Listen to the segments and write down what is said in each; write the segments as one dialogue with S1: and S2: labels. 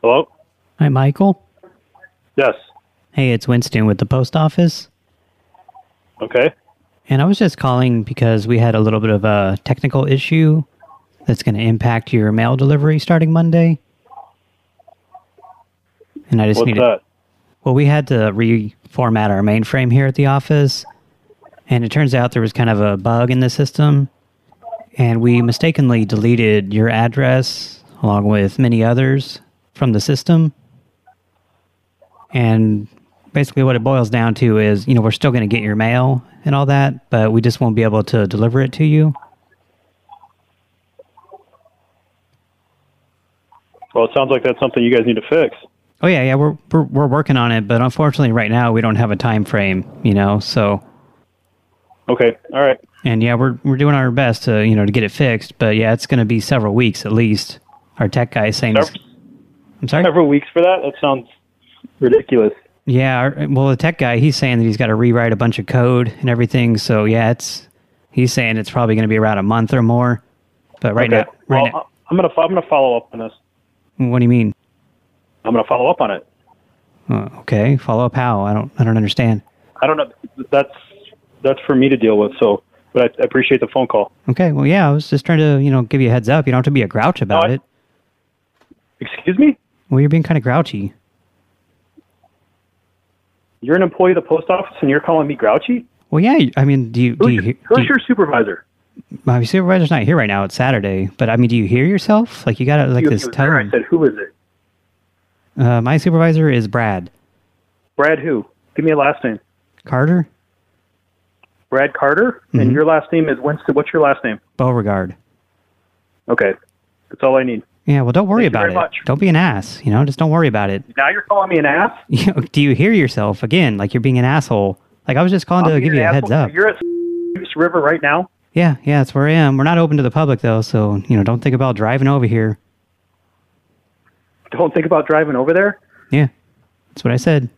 S1: Hello?
S2: Hi, Michael.
S1: Yes.
S2: Hey, it's Winston with the post office.
S1: Okay.
S2: And I was just calling because we had a little bit of a technical issue that's going to impact your mail delivery starting Monday. And I just
S1: What's
S2: needed...
S1: that?
S2: Well, we had to reformat our mainframe here at the office. And it turns out there was kind of a bug in the system. And we mistakenly deleted your address, along with many others, from the system. And basically what it boils down to is, you know, we're still going to get your mail and all that, but we just won't be able to deliver it to you.
S1: Well, it sounds like that's something you guys need to fix.
S2: Oh yeah, yeah, we're we're, we're working on it, but unfortunately right now we don't have a time frame, you know. So
S1: Okay. All right.
S2: And yeah, we're we're doing our best to you know to get it fixed, but yeah, it's going to be several weeks at least. Our tech guy is saying, this- I'm sorry.
S1: Several weeks for that? That sounds ridiculous.
S2: Yeah, our, well, the tech guy he's saying that he's got to rewrite a bunch of code and everything. So yeah, it's he's saying it's probably going to be around a month or more. But Uh, right
S1: okay.
S2: now, right
S1: well, I- I'm going to I'm going to follow up on this.
S2: now, what do you mean?
S1: I'm going to follow up on it.
S2: Uh, okay, follow up how? I don't I don't understand.
S1: I don't know. That's that's for me to deal with, so but I, I appreciate the phone call.
S2: Okay, well yeah, I was just trying to you know give you a heads up. You don't have to be a grouch about
S1: I-
S2: it.
S1: Excuse me?
S2: Well, you're being kind of grouchy.
S1: You're an employee of the post office and you're calling me grouchy?
S2: Well, yeah, I mean, do you do
S1: Who's,
S2: you,
S1: your,
S2: do
S1: who's
S2: you-
S1: your supervisor?
S2: My supervisor's not here right now. It's Saturday, but I mean, do you hear yourself? Like you got to like
S1: You-
S2: this
S1: you- I
S2: tone.
S1: said, who is it?
S2: Uh, my supervisor is Brad
S1: Brad who? Give me a last name.
S2: Carter
S1: Brad Carter?
S2: Mm-hmm.
S1: And your last name is Winston. What's your last name?
S2: Beauregard.
S1: Okay. That's all I need.
S2: Yeah, well, don't worry
S1: Thank you
S2: about
S1: very
S2: it.
S1: much.
S2: Don't be an ass. You know, just don't worry about it.
S1: Now you're calling me an ass?
S2: You know, do you hear yourself again? Like you're being an asshole. Like I was just calling to
S1: I'm
S2: give
S1: being
S2: you a
S1: an
S2: heads
S1: asshole.
S2: up.
S1: You're at East River right now.
S2: Yeah, yeah, that's where I am. We're not open to the public though, so you know, don't think about driving over here.
S1: Don't think about driving over there.
S2: Yeah, that's what I said.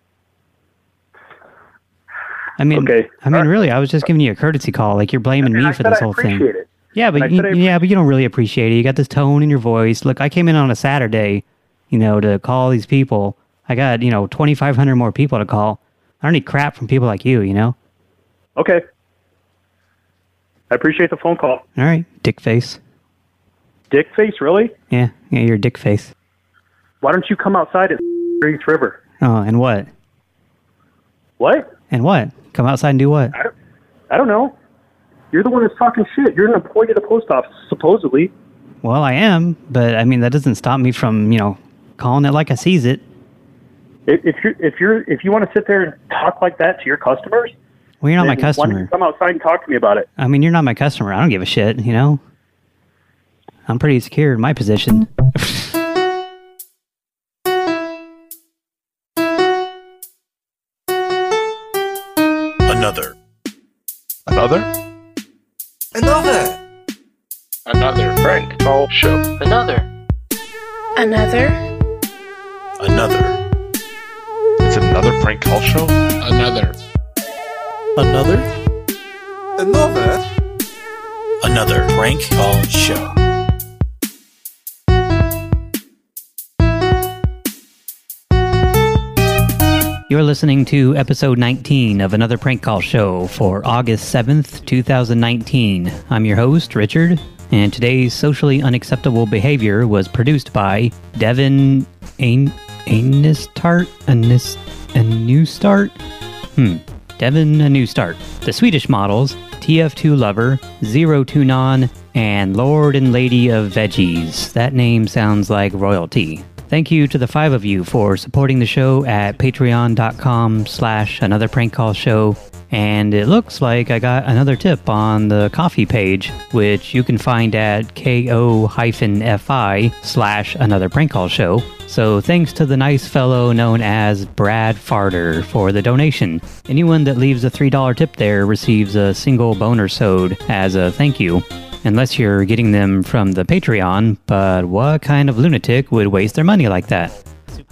S2: I mean,
S1: Okay.
S2: I mean, really, I was just giving you a courtesy call. Like you're blaming
S1: And
S2: me
S1: I
S2: for
S1: said
S2: this
S1: I
S2: whole thing.
S1: appreciate it.
S2: Yeah, but
S1: And I
S2: you,
S1: said I
S2: yeah, but you don't really appreciate it. You got this tone in your voice. Look, I came in on a Saturday, you know, to call these people. I got you know twenty five hundred more people to call. I don't need crap from people like you. You know.
S1: Okay. I appreciate the phone call.
S2: All right, dick face.
S1: Dick face, really?
S2: Yeah, yeah, you're a dick face.
S1: Why don't you come outside at East River?
S2: Oh, and what?
S1: What?
S2: And what? Come outside and do what?
S1: I don't know. You're the one that's talking shit. You're an employee of the post office, supposedly.
S2: Well, I am, but I mean that doesn't stop me from you know calling it like I sees it.
S1: If, if you're if you're if you want to sit there and talk like that to your customers,
S2: Well, you're not my
S1: then why don't you
S2: customer.
S1: come outside and talk to me about it?
S2: I mean, you're not my customer. I don't give a shit. You know. I'm pretty secure in my position.
S3: Another.
S4: Another?
S5: Another.
S6: Another Frank Call Show. Another.
S7: Another?
S3: Another.
S4: It's another prank call show?
S6: Another.
S3: Another?
S5: Another.
S3: Another prank call show.
S2: You're listening to episode 19 of another prank call show for August 7th, 2019. I'm your host, Richard, and today's socially unacceptable behavior was produced by Devin An- Anistart? Anis- Anustart? Hmm. Devin A New Start. The Swedish models, TF2 Lover, Zero Tunon, and Lord and Lady of Veggies. That name sounds like royalty. Thank you to the five of you for supporting the show at patreon.com slash another prank call show. And it looks like I got another tip on the coffee page, which you can find at ko-fi slash another prank call show. So thanks to the nice fellow known as Brad Farter for the donation. Anyone that leaves a $3 tip there receives a single boner sode as a thank you. Unless you're getting them from the Patreon, but what kind of lunatic would waste their money like that?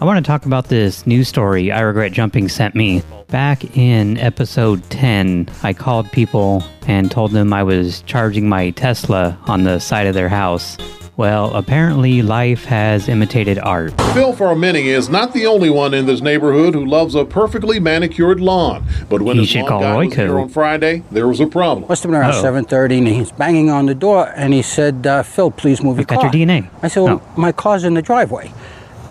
S2: I want to talk about this news story I Regret Jumping sent me. Back in episode 10, I called people and told them I was charging my Tesla on the side of their house. Well, apparently life has imitated art.
S3: Phil Farmini is not the only one in this neighborhood who loves a perfectly manicured lawn. But when
S2: He
S3: his
S2: should
S3: lawn
S2: call
S3: guy was
S2: Royco.
S3: here on Friday, there was a problem.
S8: Must have been around
S2: Oh.
S8: seven thirty, and he's banging on the door, and he said, uh, "Phil, please move your
S2: I've got
S8: car."
S2: your DNA.
S8: I said, "Well,
S2: No.
S8: my car's in the driveway,"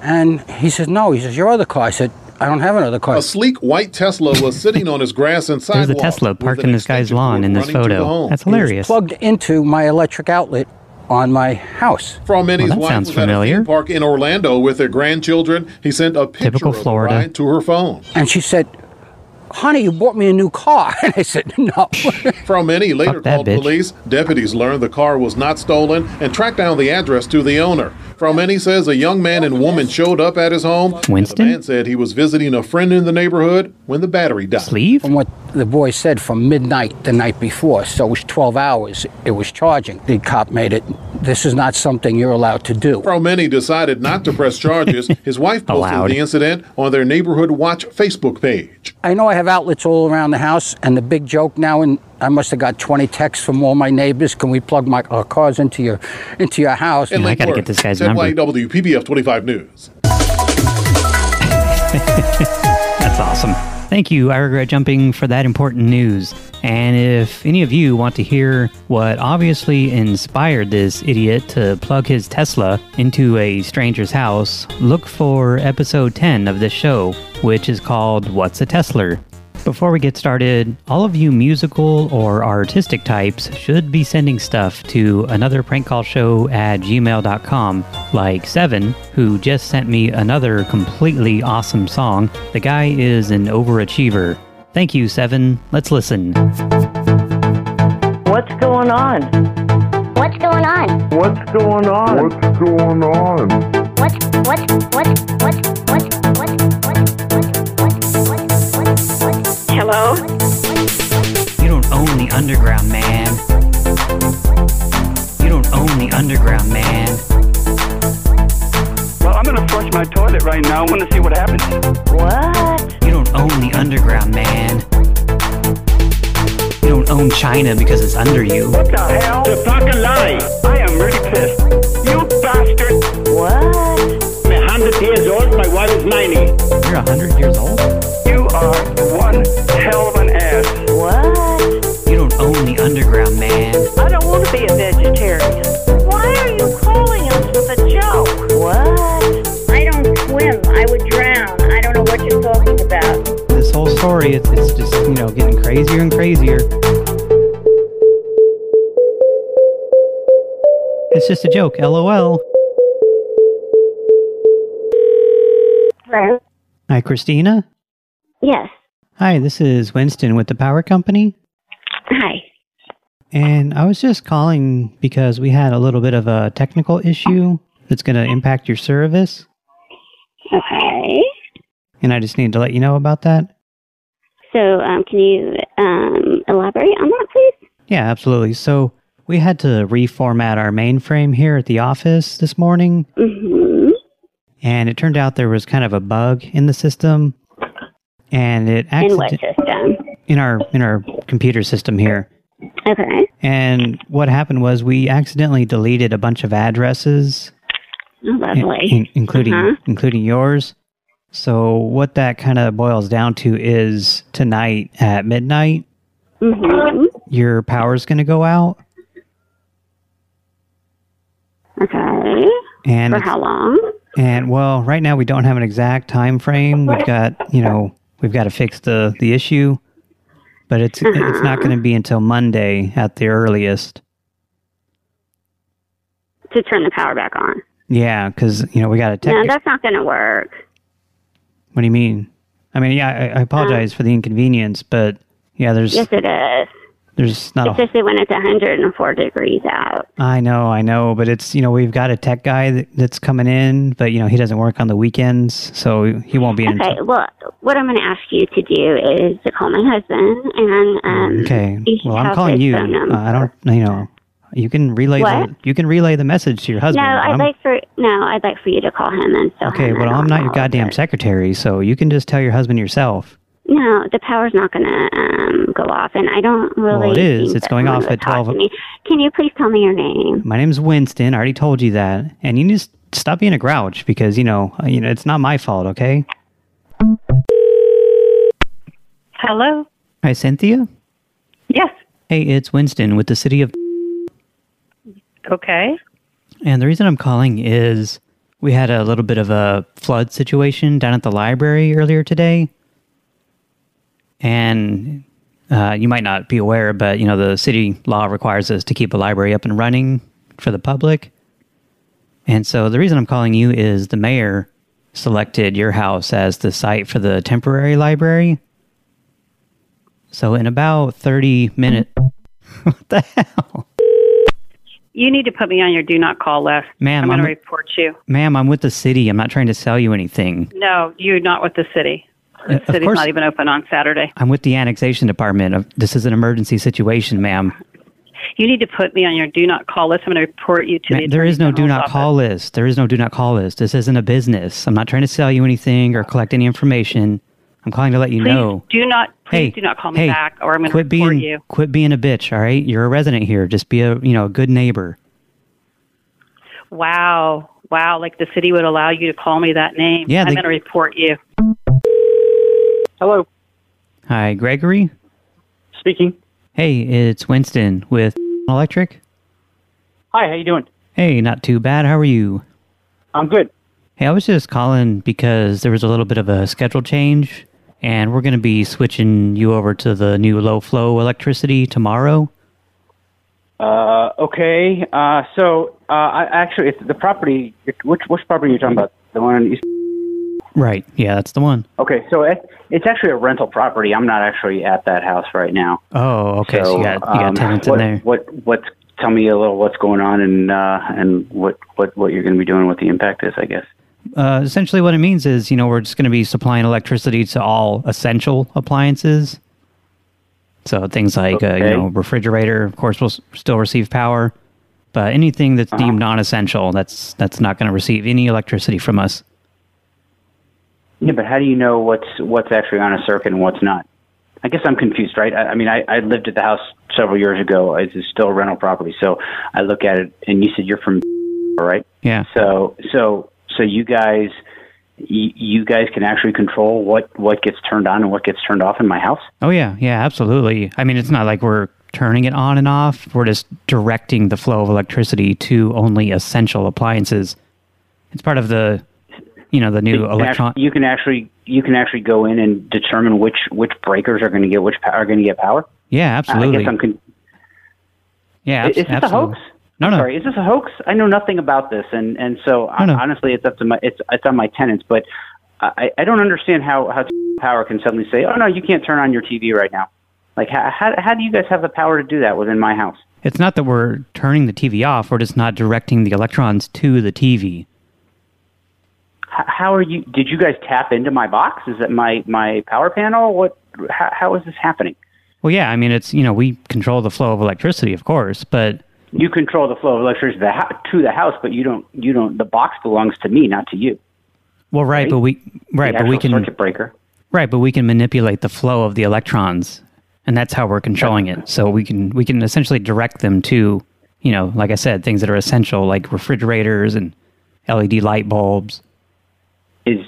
S8: and he says, "No." He says, "Your other car." I said, "I don't have another car."
S3: A sleek white Tesla was sitting on his grass and sidewalk.
S2: There's a Tesla
S3: with
S2: parked
S3: an
S2: in this guy's
S3: extension
S2: lawn
S3: cord
S2: in this
S3: running through the
S2: photo.
S3: home.
S2: That's
S8: It was
S2: hilarious.
S8: Plugged into my electric outlet on my house.
S3: Fromini's
S2: Well, that
S3: wife
S2: sounds
S3: was at a theme
S2: familiar.
S3: park in Orlando with their grandchildren. He sent a picture
S2: Typical
S3: of the
S2: Florida.
S3: ride to her phone.
S8: And she said, Honey, you bought me a new car. And I said, No.
S3: Fromini later
S2: that
S3: called
S2: bitch.
S3: police. Deputies learned the car was not stolen and tracked down the address to the owner. Fromini says a young man and woman showed up at his home. and
S2: Winston?
S3: The man said he was visiting a friend in the neighborhood when the battery died.
S2: Sleeve?
S8: From what the boy said, from midnight the night before, so it was 12 hours, it was charging. The cop made it, This is not something you're allowed to do.
S3: Fromini decided not to press charges. His wife posted
S2: Allowed.
S3: the incident on their Neighborhood Watch Facebook page.
S8: I know I have outlets all around the house, and the big joke now, and I must have got 20 texts from all my neighbors can we plug my, our cars into your, into your house?
S3: In
S2: I
S3: Lake
S2: gotta get
S3: Worth,
S2: this guy's
S3: Ted
S2: number.
S3: White, WPBF 25 News.
S2: That's awesome. Thank you, I Regret Jumping, for that important news. And if any of you want to hear what obviously inspired this idiot to plug his Tesla into a stranger's house, look for episode 10 of this show, which is called What's a Tesla? Before we get started, all of you musical or artistic types should be sending stuff to another prank call show at gmail.com, like Seven, who just sent me another completely awesome song. The guy is an overachiever. Thank you, Seven. Let's listen.
S9: What's going on? What's going on?
S10: What's going on? What's going on?
S9: What's what's what's what's what's what's what's what's what's what's what's
S11: Hello?
S2: You don't own the underground, man. You don't own the underground, man.
S10: Well, I'm gonna flush my toilet right now. I wanna see what happens.
S9: what?
S2: You don't own the underground, man. You don't own China because it's under you.
S10: What the hell? The fucking lie. I am really pissed. You bastard.
S9: What?
S10: I'm 100 years old. My wife is 90.
S2: You're 100 years old?
S10: You are one hell of an ass.
S9: What?
S2: You don't own the underground, man.
S9: I don't want to be a vegetarian. Why are you calling us with a joke? What?
S11: I don't swim. I would drown. I don't know what you're talking about.
S2: This whole story, it's, it's just, you know, getting crazier and crazier. It's just a joke, lol.
S9: Hello?
S2: Hi, Christina.
S9: Yes.
S2: Hi, this is Winston with the power company.
S9: Hi.
S2: And I was just calling because we had a little bit of a technical issue that's going to impact your service.
S9: Okay.
S2: And I just need to let you know about that.
S9: So, um, can you um, elaborate on that, please?
S2: Yeah, absolutely. So we had to reformat our mainframe here at the office this morning,
S9: Mm-hmm.
S2: and it turned out there was kind of a bug in the system, and it
S9: In what
S2: accident-
S9: system?
S2: in our in our computer system here.
S9: Okay.
S2: And what happened was we accidentally deleted a bunch of addresses,
S9: Oh,
S2: in-
S9: lovely.
S2: in- including
S9: Uh-huh.
S2: including yours. So what that kind of boils down to is tonight at midnight,
S9: hmm
S2: your power's going to go out,
S9: Okay.
S2: and
S9: For
S2: it's-
S9: how long?
S2: And well, right now we don't have an exact time frame. We've got, you know, we've got to fix the the issue, but it's
S9: Uh-huh.
S2: it's not going to be until Monday at the earliest.
S9: To turn the power back on.
S2: Yeah, because you know we got a tech.
S9: No, that's not going to work.
S2: what do you mean? I mean, yeah, I, I apologize for the inconvenience, but yeah, there's
S9: Um, Yes, it is.
S2: there's not. A,
S9: Especially when it's 104 degrees out.
S2: I know, I know, but it's you know we've got a tech guy that, that's coming in, but you know he doesn't work on the weekends, so he won't be in.
S9: Okay. Well, what I'm going to ask you to do is to call my husband and. Um,
S2: Okay.
S9: you
S2: Well,
S9: have
S2: I'm calling
S9: his
S2: you.
S9: phone
S2: Uh,
S9: number.
S2: I don't. You know, you can relay. The,
S9: What?
S2: you can relay the message to your
S9: No,
S2: husband. um, but
S9: I'd
S2: I'm-
S9: like for no, I'd like for you to call him and so.
S2: okay. Well, I'm not your goddamn secretary, so you can just tell your husband yourself.
S7: No, the power's not going to um, go off, and I don't really.
S2: Well, it is.
S7: think
S2: It's
S7: that
S2: going
S7: someone
S2: off
S7: would
S2: at
S7: talk
S2: 12
S7: to me. Can you please tell me your name?
S2: My name's Winston. I already told you that. And you just stop being a grouch because, you know, uh, you know, it's not my fault, okay?
S11: Hello?
S2: Hi, Cynthia?
S11: Yes.
S2: Hey, it's Winston with the city of...
S11: Okay.
S2: And the reason I'm calling is we had a little bit of a flood situation down at the library earlier today. And uh, you might not be aware, but, you know, the city law requires us to keep a library up and running for the public. And so the reason I'm calling you is the mayor selected your house as the site for the temporary library. So in about 30 minutes,
S11: You need to put me on your do not call list.
S2: Ma'am,
S11: I'm going to
S2: I'm-
S11: report you.
S2: ma'am, I'm with the city. I'm not trying to sell you anything.
S11: No, you're not with the city.
S2: Uh,
S11: The
S2: of
S11: city's
S2: course-
S11: not even open on Saturday.
S2: I'm with the annexation department. Uh, This is an emergency situation, ma'am.
S11: You need to put me on your do not call list. I'm going to report you to
S2: Ma-
S11: the
S2: there is no
S11: Attorney
S2: do not
S11: General's
S2: call list. There is no do not call list. This isn't a business. I'm not trying to sell you anything or collect any information. I'm calling to let you
S11: Please
S2: know.
S11: do not, please
S2: hey,
S11: do not call me
S2: hey,
S11: back, or I'm going to
S2: quit
S11: report
S2: being
S11: you.
S2: quit being a bitch. All right, you're a resident here. Just be a you know a good neighbor.
S11: Wow, wow! Like the city would allow you to call me that name.
S2: Yeah,
S11: I'm
S2: they-
S11: going to report you.
S12: Hello,
S2: Hi, Gregory.
S12: speaking.
S2: Hey, it's Winston with Electric.
S12: Hi, how you doing?
S2: Hey, not too bad. How are you?
S12: I'm good.
S2: Hey, I was just calling because there was a little bit of a schedule change, and we're going to be switching you over to the new low flow electricity tomorrow.
S12: Uh, okay. Uh, so uh, I actually, it's the property. Which which property are you talking about? The one in East.
S2: Right. Yeah, that's the one.
S12: Okay, so it, it's actually a rental property. I'm not actually at that house right now.
S2: Oh, okay. So, you got, you got
S12: um,
S2: tenants
S12: what,
S2: in there.
S12: What what's tell me a little what's going on and uh, and what what what you're going to be doing, what the impact is, I guess.
S2: Uh, essentially, what it means is, you know, we're just going to be supplying electricity to all essential appliances. So things like, uh, you
S12: Okay.
S2: know, refrigerator, of course, will s- still receive power, but anything that's
S12: Uh-huh.
S2: deemed non-essential, that's that's not going to receive any electricity from us.
S12: Yeah, but how do you know what's what's actually on a circuit and what's not? I guess I'm confused, right? I, I mean, I, I lived at the house several years ago. It's still a rental property, so I look at it. And you said you're from, right?
S2: Yeah.
S12: So, so, so you guys, you, you guys can actually control what what gets turned on and what gets turned off in my house.
S2: Oh yeah, yeah, absolutely. I mean, it's not like we're turning it on and off. We're just directing the flow of electricity to only essential appliances. It's part of the, you know, the new
S12: You can
S2: electron.
S12: act- You can actually you can actually go in and determine which which breakers are going to get which power, are going to get power.
S2: Yeah,
S12: I
S2: absolutely.
S12: guess I'm con-
S2: yeah,
S12: I-
S2: abs-
S12: is this a
S2: absolutely.
S12: hoax? No, no. Sorry, is this a hoax? I know nothing about this, and and so I, honestly, it's up to my it's it's on my tenants, but I I don't understand how how power can suddenly say, oh no, you can't turn on your TV right now. Like how how, how do you guys have the power to do that within my house?
S2: It's not that we're turning the TV off. We're just not directing the electrons to the TV.
S12: H- how are you? Did you guys tap into my box? Is it my my power panel? What? How, how is this happening?
S2: Well, yeah, I mean, it's you know we control the flow of electricity, of course, but
S12: You control the flow of electricity to the, hou- to the house, but you don't you don't. The box belongs to me, not to you.
S2: well, right, but we right,
S12: the
S2: but we
S12: actual
S2: can
S12: circuit breaker.
S2: Right, but we can manipulate the flow of the electrons, and that's how we're controlling it. So we can we can essentially direct them to, you know, like I said, things that are essential, like refrigerators and LED light bulbs.
S12: is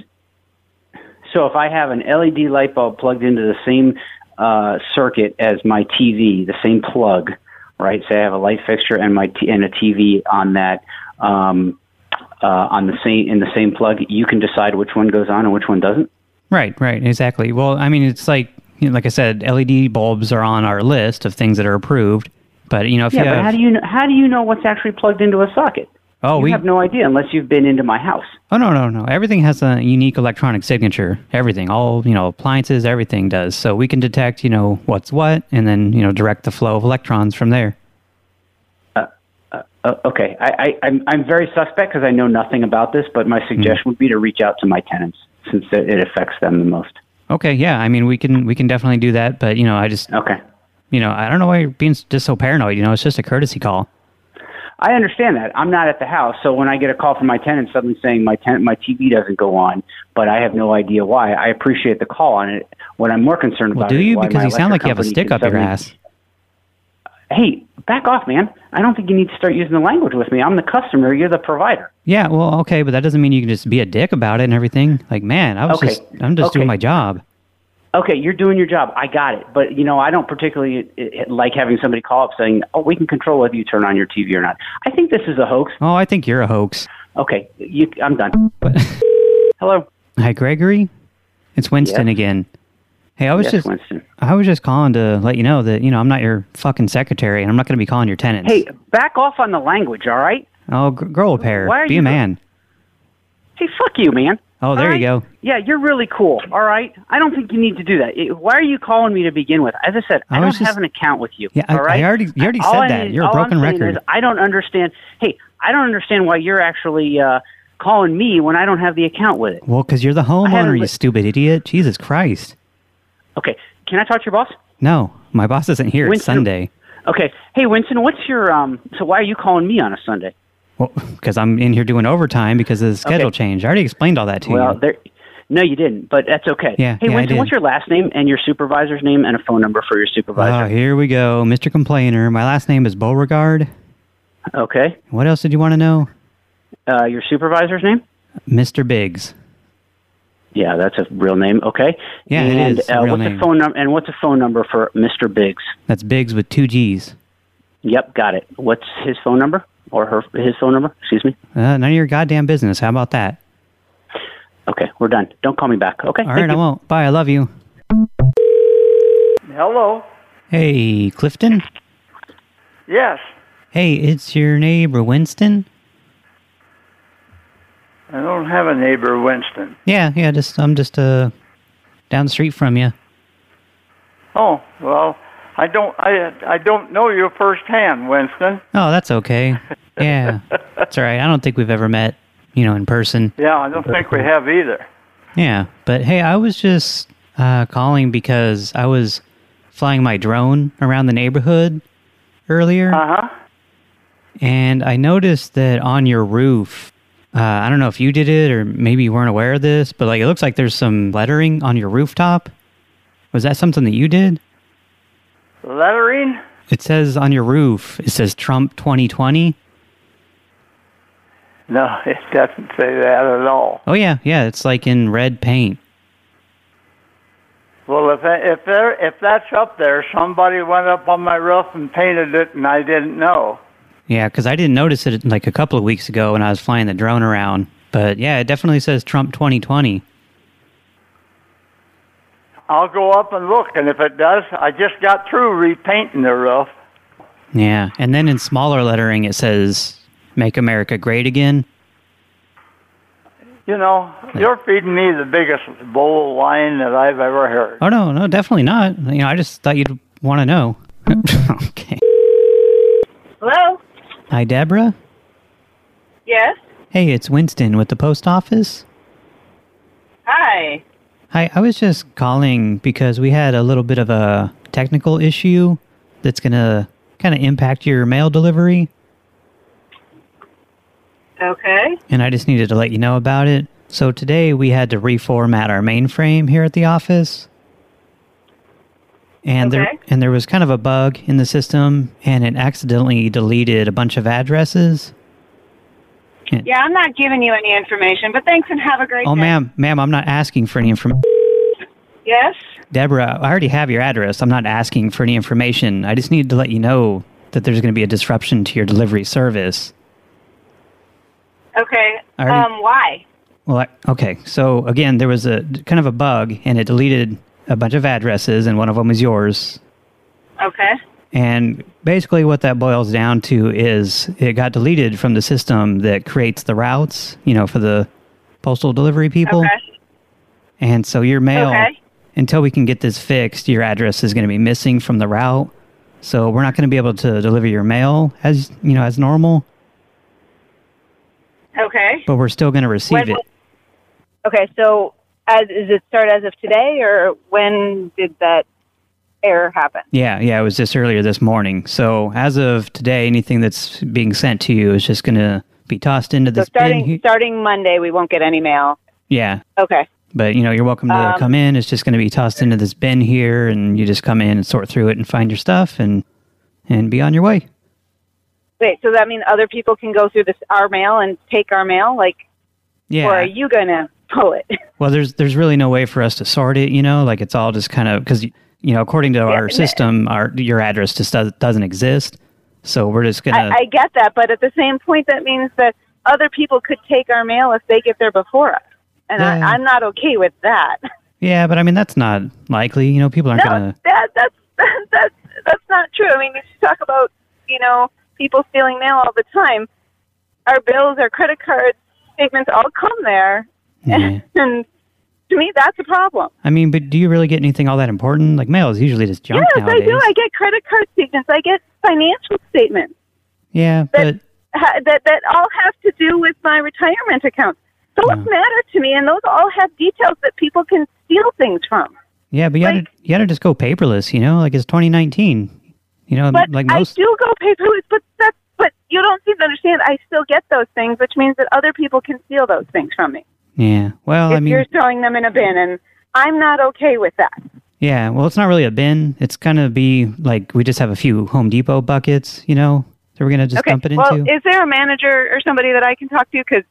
S12: so if I have an LED light bulb plugged into the same uh, circuit as my TV, the same plug, right? Say I have a light fixture and my t- and a TV on that um, uh, on the same in the same plug. You can decide which one goes on and which one doesn't.
S2: Right, right, exactly. Well, I mean, it's like you know, like I said, LED bulbs are on our list of things that are approved. But you know, if
S12: yeah,
S2: you
S12: but
S2: have,
S12: how do you know, how do you know what's actually plugged into a socket?
S2: Oh,
S12: you
S2: we-
S12: have no idea unless you've been into my house.
S2: oh no, no, no, everything has a unique electronic signature. Everything, all you know, appliances, everything does. So we can detect, you know, what's what, and then you know, direct the flow of electrons from there.
S12: Uh, okay, I, I, I'm I'm very suspect because I know nothing about this, but
S2: Hmm.
S12: my suggestion would be to reach out to my tenants since it it affects them the most.
S2: Okay, yeah. I mean, we can we can definitely do that, but you know, I just
S12: okay.
S2: You know, I don't know why you're being s- just so paranoid. You know, it's just a courtesy call.
S12: I understand that. I'm not at the house, so when I get a call from my tenant suddenly saying my tenant my TV doesn't go on, but I have no idea why. I appreciate the call on it. What I'm more concerned
S2: Well,
S12: about
S2: do
S12: is
S2: you?
S12: why
S2: Because
S12: my
S2: you sound
S12: electric
S2: like you have a
S12: company
S2: stick
S12: can
S2: up your
S12: suddenly-
S2: ass.
S12: Hey, back off, man. I don't think you need to start using the language with me. I'm the customer. You're the provider.
S2: Yeah, well, okay, but that doesn't mean you can just be a dick about it and everything. Like, man, I was
S12: Okay,
S2: just, I'm just doing
S12: okay.
S2: my job.
S12: Okay, you're doing your job. I got it. But, you know, I don't particularly eh, eh, like having somebody call up saying, oh, we can control whether you turn on your TV or not. I think this is a hoax.
S2: Oh, I think you're a hoax.
S12: Okay, you, I'm done. Hello.
S2: Hi, Gregory. It's Winston
S12: Yes.
S2: again. Hey, I was
S12: Yes,
S2: just,
S12: Winston.
S2: I was just calling to let you know that you know I'm not your fucking secretary, and I'm not going to be calling your tenants.
S12: Hey, back off on the language, all right?
S2: oh, gr- grow a pair.
S12: Why are
S2: Be
S12: you-
S2: a man.
S12: Hey, fuck you, man.
S2: Oh, there you go.
S12: Yeah, you're really cool, all right? I don't think you need to do that. Eh, Why are you calling me to begin with? As I said, I,
S2: I
S12: don't
S2: was just-
S12: have an account with you,
S2: Yeah, I-
S12: all right?
S2: I already- you already
S12: All
S2: said
S12: I
S2: that.
S12: need-
S2: You're a
S12: all
S2: broken
S12: I'm saying
S2: record.
S12: is I don't understand. Hey, I don't understand why you're actually uh, calling me when I don't have the account with it.
S2: Well, because you're the homeowner, you stupid idiot. Jesus Christ.
S12: Okay, can I talk to your boss?
S2: No, my boss isn't here. It's
S12: Winston-
S2: Sunday.
S12: Okay, hey, Winston, what's your, um, so why are you calling me on a Sunday?
S2: Well, because I'm in here doing overtime because of the schedule change. I already explained all that to
S12: Well,
S2: you.
S12: there. No, you didn't, but that's okay.
S2: Yeah,
S12: hey,
S2: yeah, I
S12: Winston,
S2: did.
S12: what's your last name and your supervisor's name and a phone number for your
S2: Oh,
S12: supervisor?
S2: here we go, Mr. Complainer. My last name is Beauregard. Uh,
S12: okay.
S2: What else did you want to know?
S12: Uh, your supervisor's name?
S2: Mr. Biggs.
S12: Yeah, that's a real name. Okay.
S2: Yeah, it
S12: and,
S2: is a
S12: Uh,
S2: real
S12: what's
S2: name.
S12: the phone number? And what's the phone number for Mr. Biggs?
S2: That's Biggs with two G's.
S12: Yep, got it. What's his phone number or her his phone number? Excuse me.
S2: Uh, none of your goddamn business. How about that?
S12: Okay, we're done. Don't call me back. Okay.
S2: All right, I won't. Bye. I love you.
S13: Hello.
S2: Hey, Clifton.
S13: Yes.
S2: Hey, it's your neighbor Winston.
S13: I don't have a neighbor, Winston.
S2: Yeah, yeah. Just I'm just uh down the street from you.
S13: Oh well, I don't. I I don't know you firsthand, Winston.
S2: Oh, that's okay. Yeah, it's all right. I don't think we've ever met, you know, in person.
S13: Yeah, I don't think we have either.
S2: Yeah, but hey, I was just uh, calling because I was flying my drone around the neighborhood earlier.
S13: Uh huh.
S2: And I noticed that on your roof, uh, I don't know if you did it or maybe you weren't aware of this, but like it looks like there's some lettering on your rooftop. Was that something that you did?
S13: Lettering?
S2: It says on your roof, it says Trump 2020.
S13: No, it doesn't say that at all.
S2: Oh, yeah, yeah, it's like in red paint.
S13: Well, if I- if there if that's up there, somebody went up on my roof and painted it, and I didn't know.
S2: Yeah, because I didn't notice it like a couple of weeks ago when I was flying the drone around. But yeah, it definitely says Trump 2020.
S13: I'll go up and look, and if it does, I just got through repainting the roof.
S2: Yeah, and then in smaller lettering, it says Make America Great Again.
S13: You know, you're feeding me the biggest bowl of wine that I've ever heard.
S2: Oh no, no, definitely not. You know, I just thought you'd want to know. okay.
S14: Hello?
S2: Hi, Deborah.
S14: Yes?
S2: Hey, it's Winston with the post office.
S14: Hi.
S2: Hi, I was just calling because we had a little bit of a technical issue that's gonna kind of impact your mail delivery,
S14: Okay.
S2: and I just needed to let you know about it. So today we had to reformat our mainframe here at the office. And there
S14: Okay.
S2: and there was kind of a bug in the system and it accidentally deleted a bunch of addresses.
S14: Yeah, I'm not giving you any information, but thanks and have a great
S2: Oh,
S14: day.
S2: ma'am, ma'am, I'm not asking for any information.
S14: Yes?
S2: Deborah, I already have your address. I'm not asking for any information. I just need to let you know that there's going to be a disruption to your delivery service.
S14: Okay.
S2: I already-
S14: Um, why?
S2: Well, I, okay. So again, there was a kind of a bug, and it deleted a bunch of addresses, and one of them was yours.
S14: Okay.
S2: And basically, what that boils down to is it got deleted from the system that creates the routes, you know, for the postal delivery people.
S14: Okay.
S2: And so your mail,
S14: Okay.
S2: until we can get this fixed, your address is going to be missing from the route. So we're not going to be able to deliver your mail as you know as normal,
S14: Okay.
S2: but we're still going to receive it.
S15: Okay, so as is it start as of today, or when did that
S14: error happen.
S2: Yeah, yeah, it was just earlier this morning. So as of today, anything that's being sent to you is just going to be tossed into
S14: So
S2: this bin.
S14: starting
S2: he-
S14: starting Monday, we won't get any mail.
S2: Yeah,
S14: Okay.
S2: but you know, you're welcome to
S14: Um,
S2: come in. It's just going to be tossed into this bin here, and you just come in and sort through it and find your stuff and and be on your way.
S14: Wait, so that means other people can go through this our mail and take our mail, like,
S2: Yeah.
S14: or are you gonna pull it?
S2: Well, there's there's really no way for us to sort it, you know. Like it's all just kind of because you know, according to our system, our your address just does, doesn't exist. So we're just gonna.
S14: I, I get that, but at the same point, that means that other people could take our mail if they get there before us, and
S2: Yeah.
S14: I, I'm not okay with that.
S2: yeah, but I mean that's not likely. You know, people aren't gonna.
S14: that that's that's that's not true. I mean, you talk about you know people stealing mail all the time. Our bills, our credit cards, statements all come there,
S2: Yeah.
S14: and to me, that's a problem.
S2: I mean, but do you really get anything all that important? Like mail is usually just junk
S14: yes,
S2: nowadays.
S14: I do. I get credit card statements. I get financial statements
S2: yeah, but
S14: ha- that that all have to do with my retirement account. Those matter to me, and those all have details that people can steal things from.
S2: yeah, but you gotta you gotta just go paperless. You know, like it's 2019. You know,
S14: but
S2: like
S14: I
S2: most.
S14: do go paperless, but that's but you don't seem to understand. I still get those things, which means that other people can steal those things from me.
S2: yeah. Well,
S14: if
S2: I mean,
S14: you're throwing them in a bin, and I'm not okay with that.
S2: Yeah, well, it's not really a bin. It's gonna be like we just have a few Home Depot buckets, you know, that we're gonna just
S14: okay.
S2: dump it into.
S14: well, is there a manager or somebody that I can talk to? Because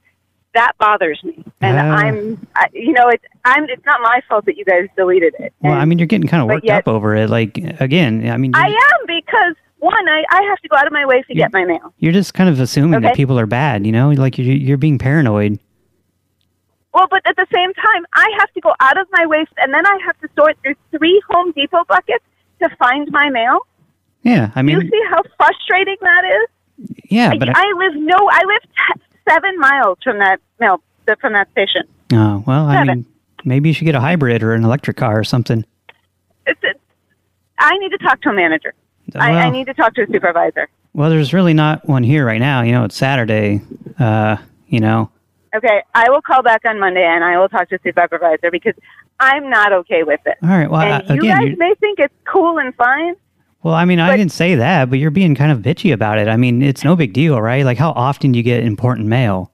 S14: that bothers me, and
S2: Ah.
S14: I'm, I, you know, it's I'm. It's not my fault that you guys deleted it.
S2: well, I mean, you're getting kind of
S14: but
S2: worked
S14: yet-
S2: up over it. Like again, I mean, you're,
S14: I am because one, I, I have to go out of my way to get my mail.
S2: you're just kind of assuming that
S14: Okay.
S2: people are bad, you know, like you're you're being paranoid.
S14: Well, but at the same time, I have to go out of my way, and then I have to sort through three Home Depot buckets to find my mail.
S2: Yeah, I
S14: Do
S2: mean,
S14: you see how frustrating that is?
S2: yeah, but
S14: I,
S2: I,
S14: live no, I live t- seven miles from that mail th- from that station.
S2: oh, well, I
S14: Seven.
S2: mean, maybe you should get a hybrid or an electric car or something.
S14: It's, it's, I need to talk to a manager. I, I
S2: Well-
S14: need to talk to a supervisor.
S2: Well, there's really not one here right now. You know, it's Saturday. Uh, you know,
S14: Okay, I will call back on Monday and I will talk to a supervisor because I'm not okay with it.
S2: all right. Well, I,
S14: and you
S2: again,
S14: guys
S2: you're-
S14: may think it's cool and fine.
S2: Well, I mean, I didn't say that, but you're being kind of bitchy about it. I mean, it's no big deal, right? Like, how often do you get important mail?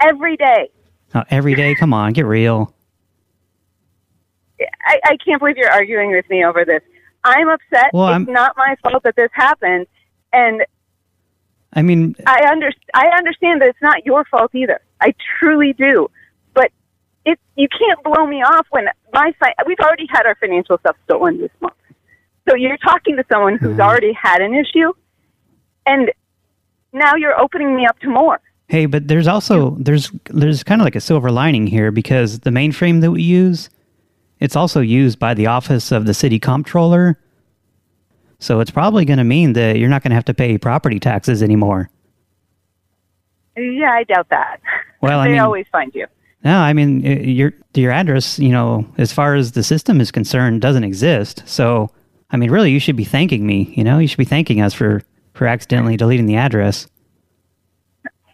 S14: every day.
S2: Uh, every day? Come on, get real.
S14: I, I can't believe you're arguing with me over this. I'm upset.
S2: Well,
S14: it's
S2: I'm-
S14: not my fault that this happened, and
S2: I mean,
S14: I under, I understand that it's not your fault either. I truly do, but it you can't blow me off when my fi- we've already had our financial stuff stolen this month. So you're talking to someone who's
S2: Mm-hmm.
S14: already had an issue, and now you're opening me up to more.
S2: hey, but there's also there's there's kind of like a silver lining here because the mainframe that we use, it's also used by the office of the city comptroller. So it's probably going to mean that you're not going to have to pay property taxes anymore.
S14: Yeah, I doubt that.
S2: Well, I
S14: they
S2: mean-
S14: always find you.
S2: No, I mean i- your your address, you know, as far as the system is concerned, doesn't exist. So, I mean, really, you should be thanking me. You know, you should be thanking us for for accidentally deleting the address.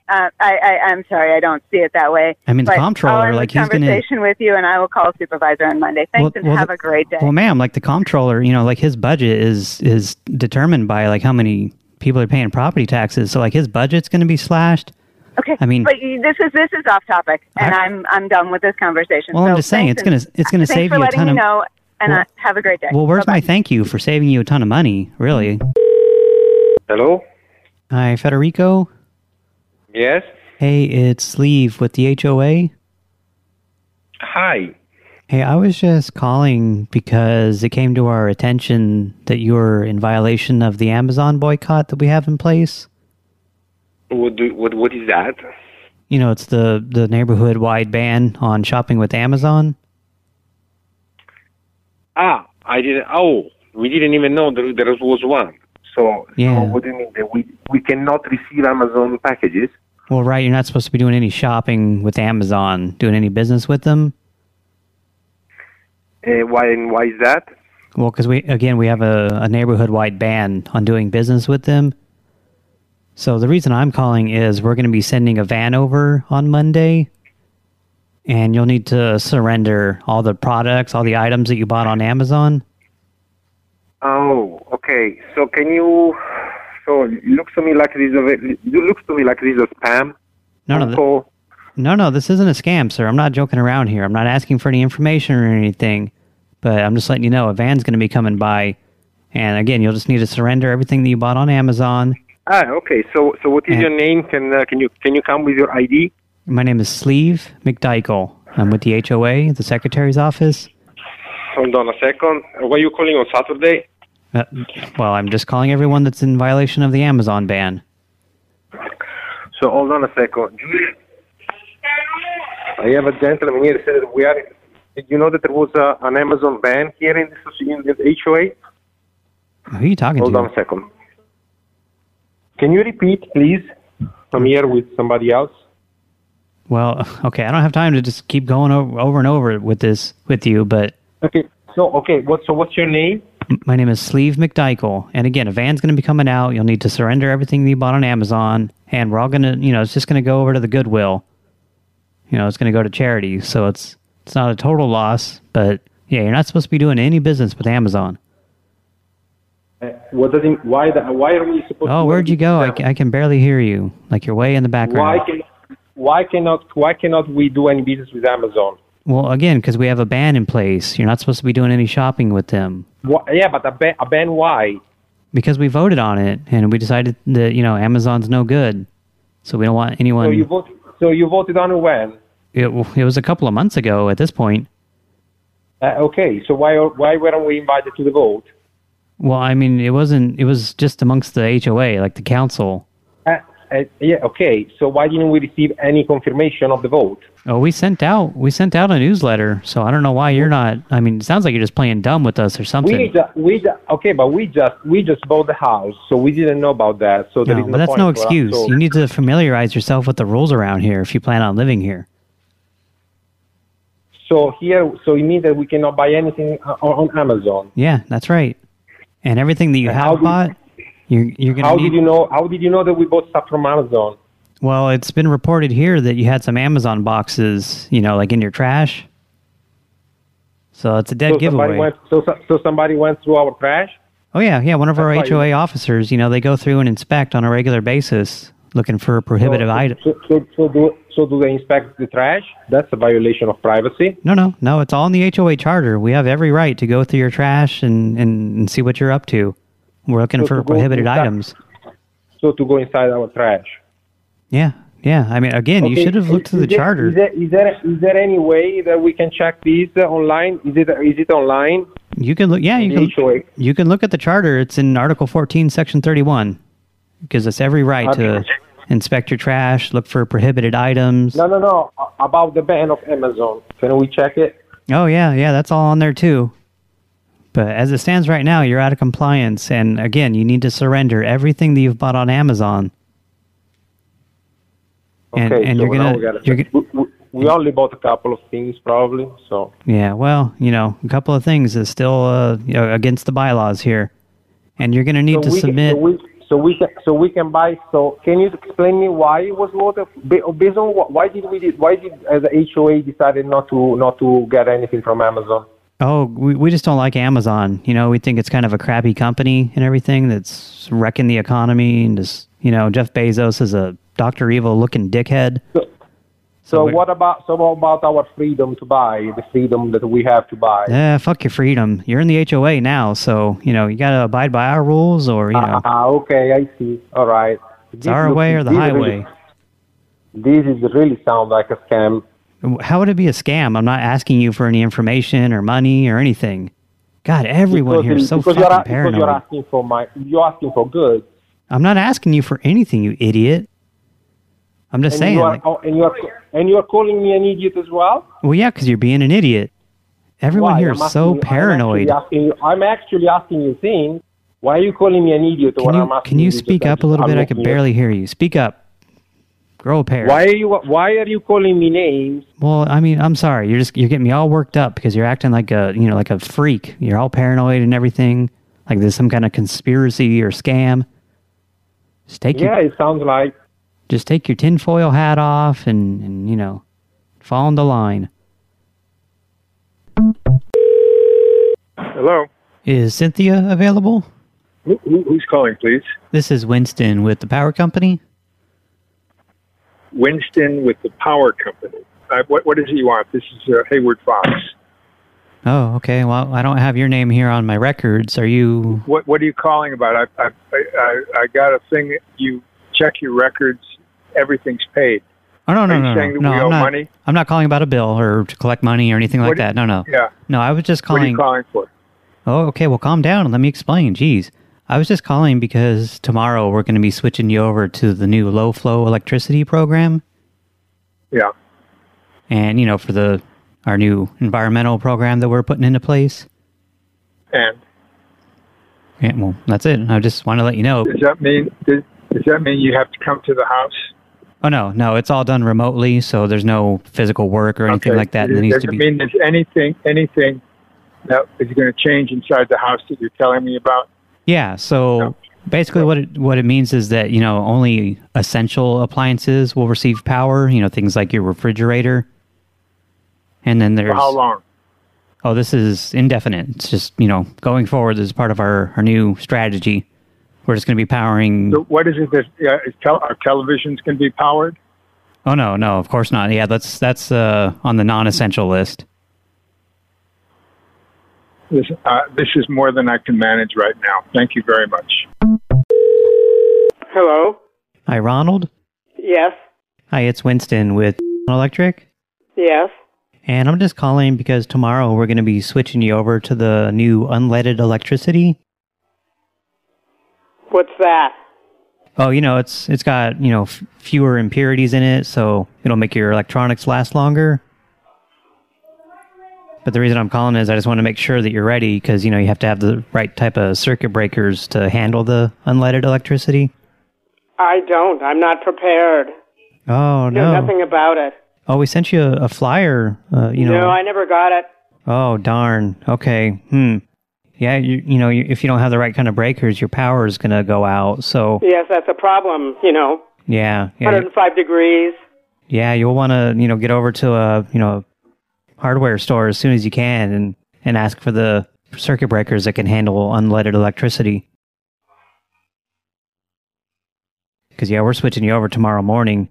S14: Uh, I, I, I'm sorry, I don't see it that way.
S2: I mean, the
S14: But
S2: comptroller,
S14: I'll end
S2: like,
S14: the
S2: he's gonna-
S14: conversation with you, and I will call supervisor on Monday. Thanks, and have
S2: the-
S14: a great day.
S2: Well, ma'am, like the comptroller, you know, like his budget is is determined by like how many people are paying property taxes. So, like his budget's going to be slashed.
S14: okay,
S2: I mean-
S14: but you- this is this is off topic, and
S2: I-
S14: I, am I'm done with this conversation.
S2: Well, I'm
S14: So
S2: just saying,
S14: thanks,
S2: it's
S14: and
S2: gonna- it's gonna
S14: thanks
S2: save
S14: for
S2: you a
S14: letting
S2: ton
S14: me
S2: of-
S14: know, and
S2: Well-
S14: uh, have a great day.
S2: Well, where's my thank you for saving you a ton of money? Really?
S15: Hello?
S2: Hi, Federico.
S15: Yes?
S2: Hey, it's Sleeve with the HOA.
S15: Hi.
S2: Hey, I was just calling because it came to our attention that you were in violation of the Amazon boycott that we have in place.
S15: What do, what what is that?
S2: You know, it's the, the neighborhood wide ban on shopping with Amazon.
S15: Ah, I didn't oh, we didn't even know there, there was one. So,
S2: Yeah.
S15: so what do you mean that we we cannot receive Amazon packages?
S2: Well, right, you're not supposed to be doing any shopping with Amazon, doing any business with them.
S15: Uh, why and why is that?
S2: Well, because we again we have a, a neighborhood wide ban on doing business with them. So the reason I'm calling is we're going to be sending a van over on Monday, and you'll need to surrender all the products, all the items that you bought on Amazon.
S15: Oh, okay. So can you? So it looks to me like this. is a- It looks to me like this is a spam.
S2: No, no, th-
S15: So
S2: no, no. This isn't a scam, sir. I'm not joking around here. I'm not asking for any information or anything, but I'm just letting you know a van's going to be coming by, and again, you'll just need to surrender everything that you bought on Amazon.
S15: ah, okay. So so what is
S2: Yeah.
S15: your name? Can uh, can you can you come with your ID?
S2: My name is Sleeve McDykel. I'm with the HOA, the secretary's office.
S15: Hold on a second. Uh, Were you calling on Saturday?
S2: Uh, well, I'm just calling everyone that's in violation of the Amazon ban.
S15: So hold on a second. I have a gentleman here that said we are. Did you know that there was a, an Amazon ban here in this in the HOA?
S2: Who are you talking
S15: Hold
S2: to?
S15: on a second. Can you repeat, please? I'm here with somebody else.
S2: Well, okay, I don't have time to just keep going over, over and over with this with you, but
S15: Okay. So okay. What? So what's your name?
S2: m- my name is Sleeve McDykel, and again, a van's going to be coming out. You'll need to surrender everything that you bought on Amazon, and we're all going to, you know, it's just going to go over to the Goodwill. You know, it's going to go to charity, so it's it's not a total loss, but yeah, you're not supposed to be doing any business with Amazon.
S15: Uh, what does it, why? The, why are we supposed?
S2: Oh, where'd you go? I, ca- I can barely hear you. Like you're way in the
S15: to, why
S2: background.
S15: can? Why cannot? Why cannot we do any business with Amazon?
S2: Well, again, because we have a ban in place. You're not supposed to be doing any shopping with them.
S15: Why, yeah, but a ban, a ban. Why?
S2: because we voted on it and we decided that you know Amazon's no good, so we don't want anyone.
S15: So you vote. So you voted on when?
S2: it, it was a couple of months ago at this point.
S15: Uh, okay. So why? Why weren't we invited to the vote?
S2: Well, I mean, it wasn't. It was just amongst the HOA, like the council.
S15: Uh, uh, yeah. Okay. So why didn't we receive any confirmation of the vote?
S2: Oh, we sent out we sent out a newsletter, so I don't know why you're not. I mean, it sounds like you're just playing dumb with us or something.
S15: We just, we ju- okay, but we just we just bought the house, so we didn't know about that. So there
S2: no,
S15: is no
S2: but that's
S15: point
S2: no
S15: for us
S2: excuse.
S15: to-
S2: You need to familiarize yourself with the rules around here if you plan on living here.
S15: so here, so it means that we cannot buy anything uh, on on Amazon.
S2: Yeah, that's right. And everything that you have bought, you're you're gonna
S15: How
S2: need.
S15: did you know? How did you know that we bought stuff from Amazon?
S2: Well, it's been reported here that you had some Amazon boxes, you know, like in your trash. So it's a dead
S15: so
S2: giveaway.
S15: Somebody went, so so- so somebody went through our trash.
S2: oh yeah, yeah. One of our
S15: That's why
S2: HOA
S15: you-
S2: officers, you know, they go through and inspect on a regular basis, looking for prohibitive items.
S15: So, so, so do so do they inspect the trash? That's a violation of privacy.
S2: No, no, no. It's all in the HOA charter. We have every right to go through your trash and and, and see what you're up to. We're looking
S15: So to
S2: for
S15: go
S2: prohibited
S15: through that-
S2: items.
S15: So to go inside our trash.
S2: Yeah, yeah. I mean, again, you
S15: Okay,
S2: should have looked
S15: is-
S2: through the
S15: is there-
S2: charter.
S15: Is there, is there is there any way that we can check these uh, online? Is it is it online?
S2: You can look. Yeah, you can.
S15: HOA.
S2: You can look at the charter. It's in Article 14, Section 31. It gives us every right to
S15: Okay.
S2: inspect your trash, look for prohibited items.
S15: No, no, no. a- About the ban of Amazon. Can we check it?
S2: Oh yeah, yeah, that's all on there too. But as it stands right now, you're out of compliance, and again, you need to surrender everything that you've bought on Amazon. And,
S15: okay,
S2: and
S15: so
S2: you're
S15: now
S2: gonna,
S15: we, gotta,
S2: you're gonna,
S15: we, we, we only bought a couple of things, probably. So
S2: yeah. Well, you know, a couple of things is still uh, you know, against the bylaws here, and you're gonna need
S15: so
S2: to
S15: we,
S2: submit.
S15: Can, so, we, so we can so we can buy. So can you explain me why it was voted ba- based on what, why did we did why did uh, as a HOA decided not to not to get anything from Amazon?
S2: Oh, we, we just don't like Amazon. You know, we think it's kind of a crappy company and everything that's wrecking the economy. And just, you know, Jeff Bezos is a Dr. Evil looking dickhead.
S15: So
S2: we-
S15: what about so what about our freedom to buy the freedom that we have to buy?
S2: Yeah, fuck your freedom. You're in the HOA now, so, you know, you got to abide by our rules or, you know,
S15: Ah, okay, I see. All right.
S2: it's our way or the highway.
S15: This is really sound like a scam.
S2: How would it be a scam? I'm not asking you for any information or money or anything. God, everyone
S15: Because
S2: here is so
S15: because
S2: fucking
S15: you're, a-
S2: paranoid.
S15: Because you're asking for my, you're asking for goods.
S2: I'm not asking you for anything, you idiot. I'm just
S15: and
S2: saying.
S15: You are,
S2: like-
S15: oh, and you're and you're calling me an idiot as well.
S2: Well, yeah, because you're being an idiot. Everyone
S15: Why?
S2: here
S15: I'm
S2: is so
S15: asking you-
S2: paranoid.
S15: I'm actually, asking you, I'm actually asking you things. Why are you calling me an idiot?
S2: Can you can you speak up a little bit? I can barely hear you. Speak up. Grow a pair.
S15: Why are you Why are you calling me names?
S2: Well, I mean, I'm sorry. You're just you're getting me all worked up because you're acting like a you know like a freak. You're all paranoid and everything. Like there's some kind of conspiracy or scam. Just take
S15: yeah,
S2: your
S15: it sounds like.
S2: just take your tinfoil hat off and and you know fall in the line.
S16: Hello.
S2: Is Cynthia available?
S16: Who, who, who's calling, please?
S2: This is Winston with the power company.
S16: Winston with the power company. Uh, what, what is it you want? This is uh, Hayward Fox.
S2: Oh, okay. Well, I don't have your name here on my records. Are you
S16: What, what are you calling about? I, I, I, I- I got a thing. that You check your records. Everything's paid.
S2: Oh no no
S16: Are you
S2: no
S16: saying
S2: no,
S16: that
S2: no
S16: we
S2: I'm
S16: owe
S2: not.
S16: money?
S2: I'm not calling about a bill or to collect money or anything like
S16: What-
S2: that. No no.
S16: Yeah.
S2: No, I was just
S16: What are you
S2: calling.
S16: calling for?
S2: Oh okay. Well, calm down and let me explain. Jeez, I was just calling because tomorrow we're going to be switching you over to the new low flow electricity program,
S16: Yeah.
S2: and you know for the our new environmental program that we're putting into place.
S16: And
S2: Yeah, well, that's it. I just want to let you know.
S16: does that mean does, does that mean you have to come to the house?
S2: Oh no, no, it's all done remotely, so there's no physical work or anything like that.
S16: does
S2: that needs to
S16: it
S2: be.
S16: mean there's anything anything that is going to change inside the house that you're telling me about?
S2: Yeah. So basically, what it what it means is that you know only essential appliances will receive power. You know things like your refrigerator, and then there's
S16: For how long?
S2: oh this is indefinite. It's just you know going forward as part of our our new strategy. We're just going to be powering.
S16: So what is it that uh, is tel- our televisions can be powered?
S2: Oh no, no, of course not. Yeah, that's that's uh, on the non-essential list.
S16: This, uh, this is more than I can manage right now. Thank you very much.
S17: Hello.
S2: Hi, Ronald.
S17: Yes.
S2: Hi, it's Winston with Electric.
S17: Yes.
S2: And I'm just calling because tomorrow we're going to be switching you over to the new unleaded electricity.
S17: What's that?
S2: Oh, you know, it's it's got, you know, f- fewer impurities in it, so it'll make your electronics last longer. But the reason I'm calling is I just want to make sure that you're ready because, you know, you have to have the right type of circuit breakers to handle the unleaded electricity.
S17: I don't. I'm not prepared.
S2: Oh,
S17: know
S2: no.
S17: nothing about it.
S2: Oh, we sent you a, a flyer, uh, you know.
S17: no, I never got it.
S2: Oh darn. Okay. Hmm. Yeah. You you know you, if you don't have the right kind of breakers, your power is gonna go out. So
S17: Yes, that's a problem. You know,
S2: yeah, yeah,
S17: 105 degrees.
S2: yeah. You'll want to you know get over to a you know hardware store as soon as you can and and ask for the circuit breakers that can handle unleaded electricity. Because yeah, we're switching you over tomorrow morning.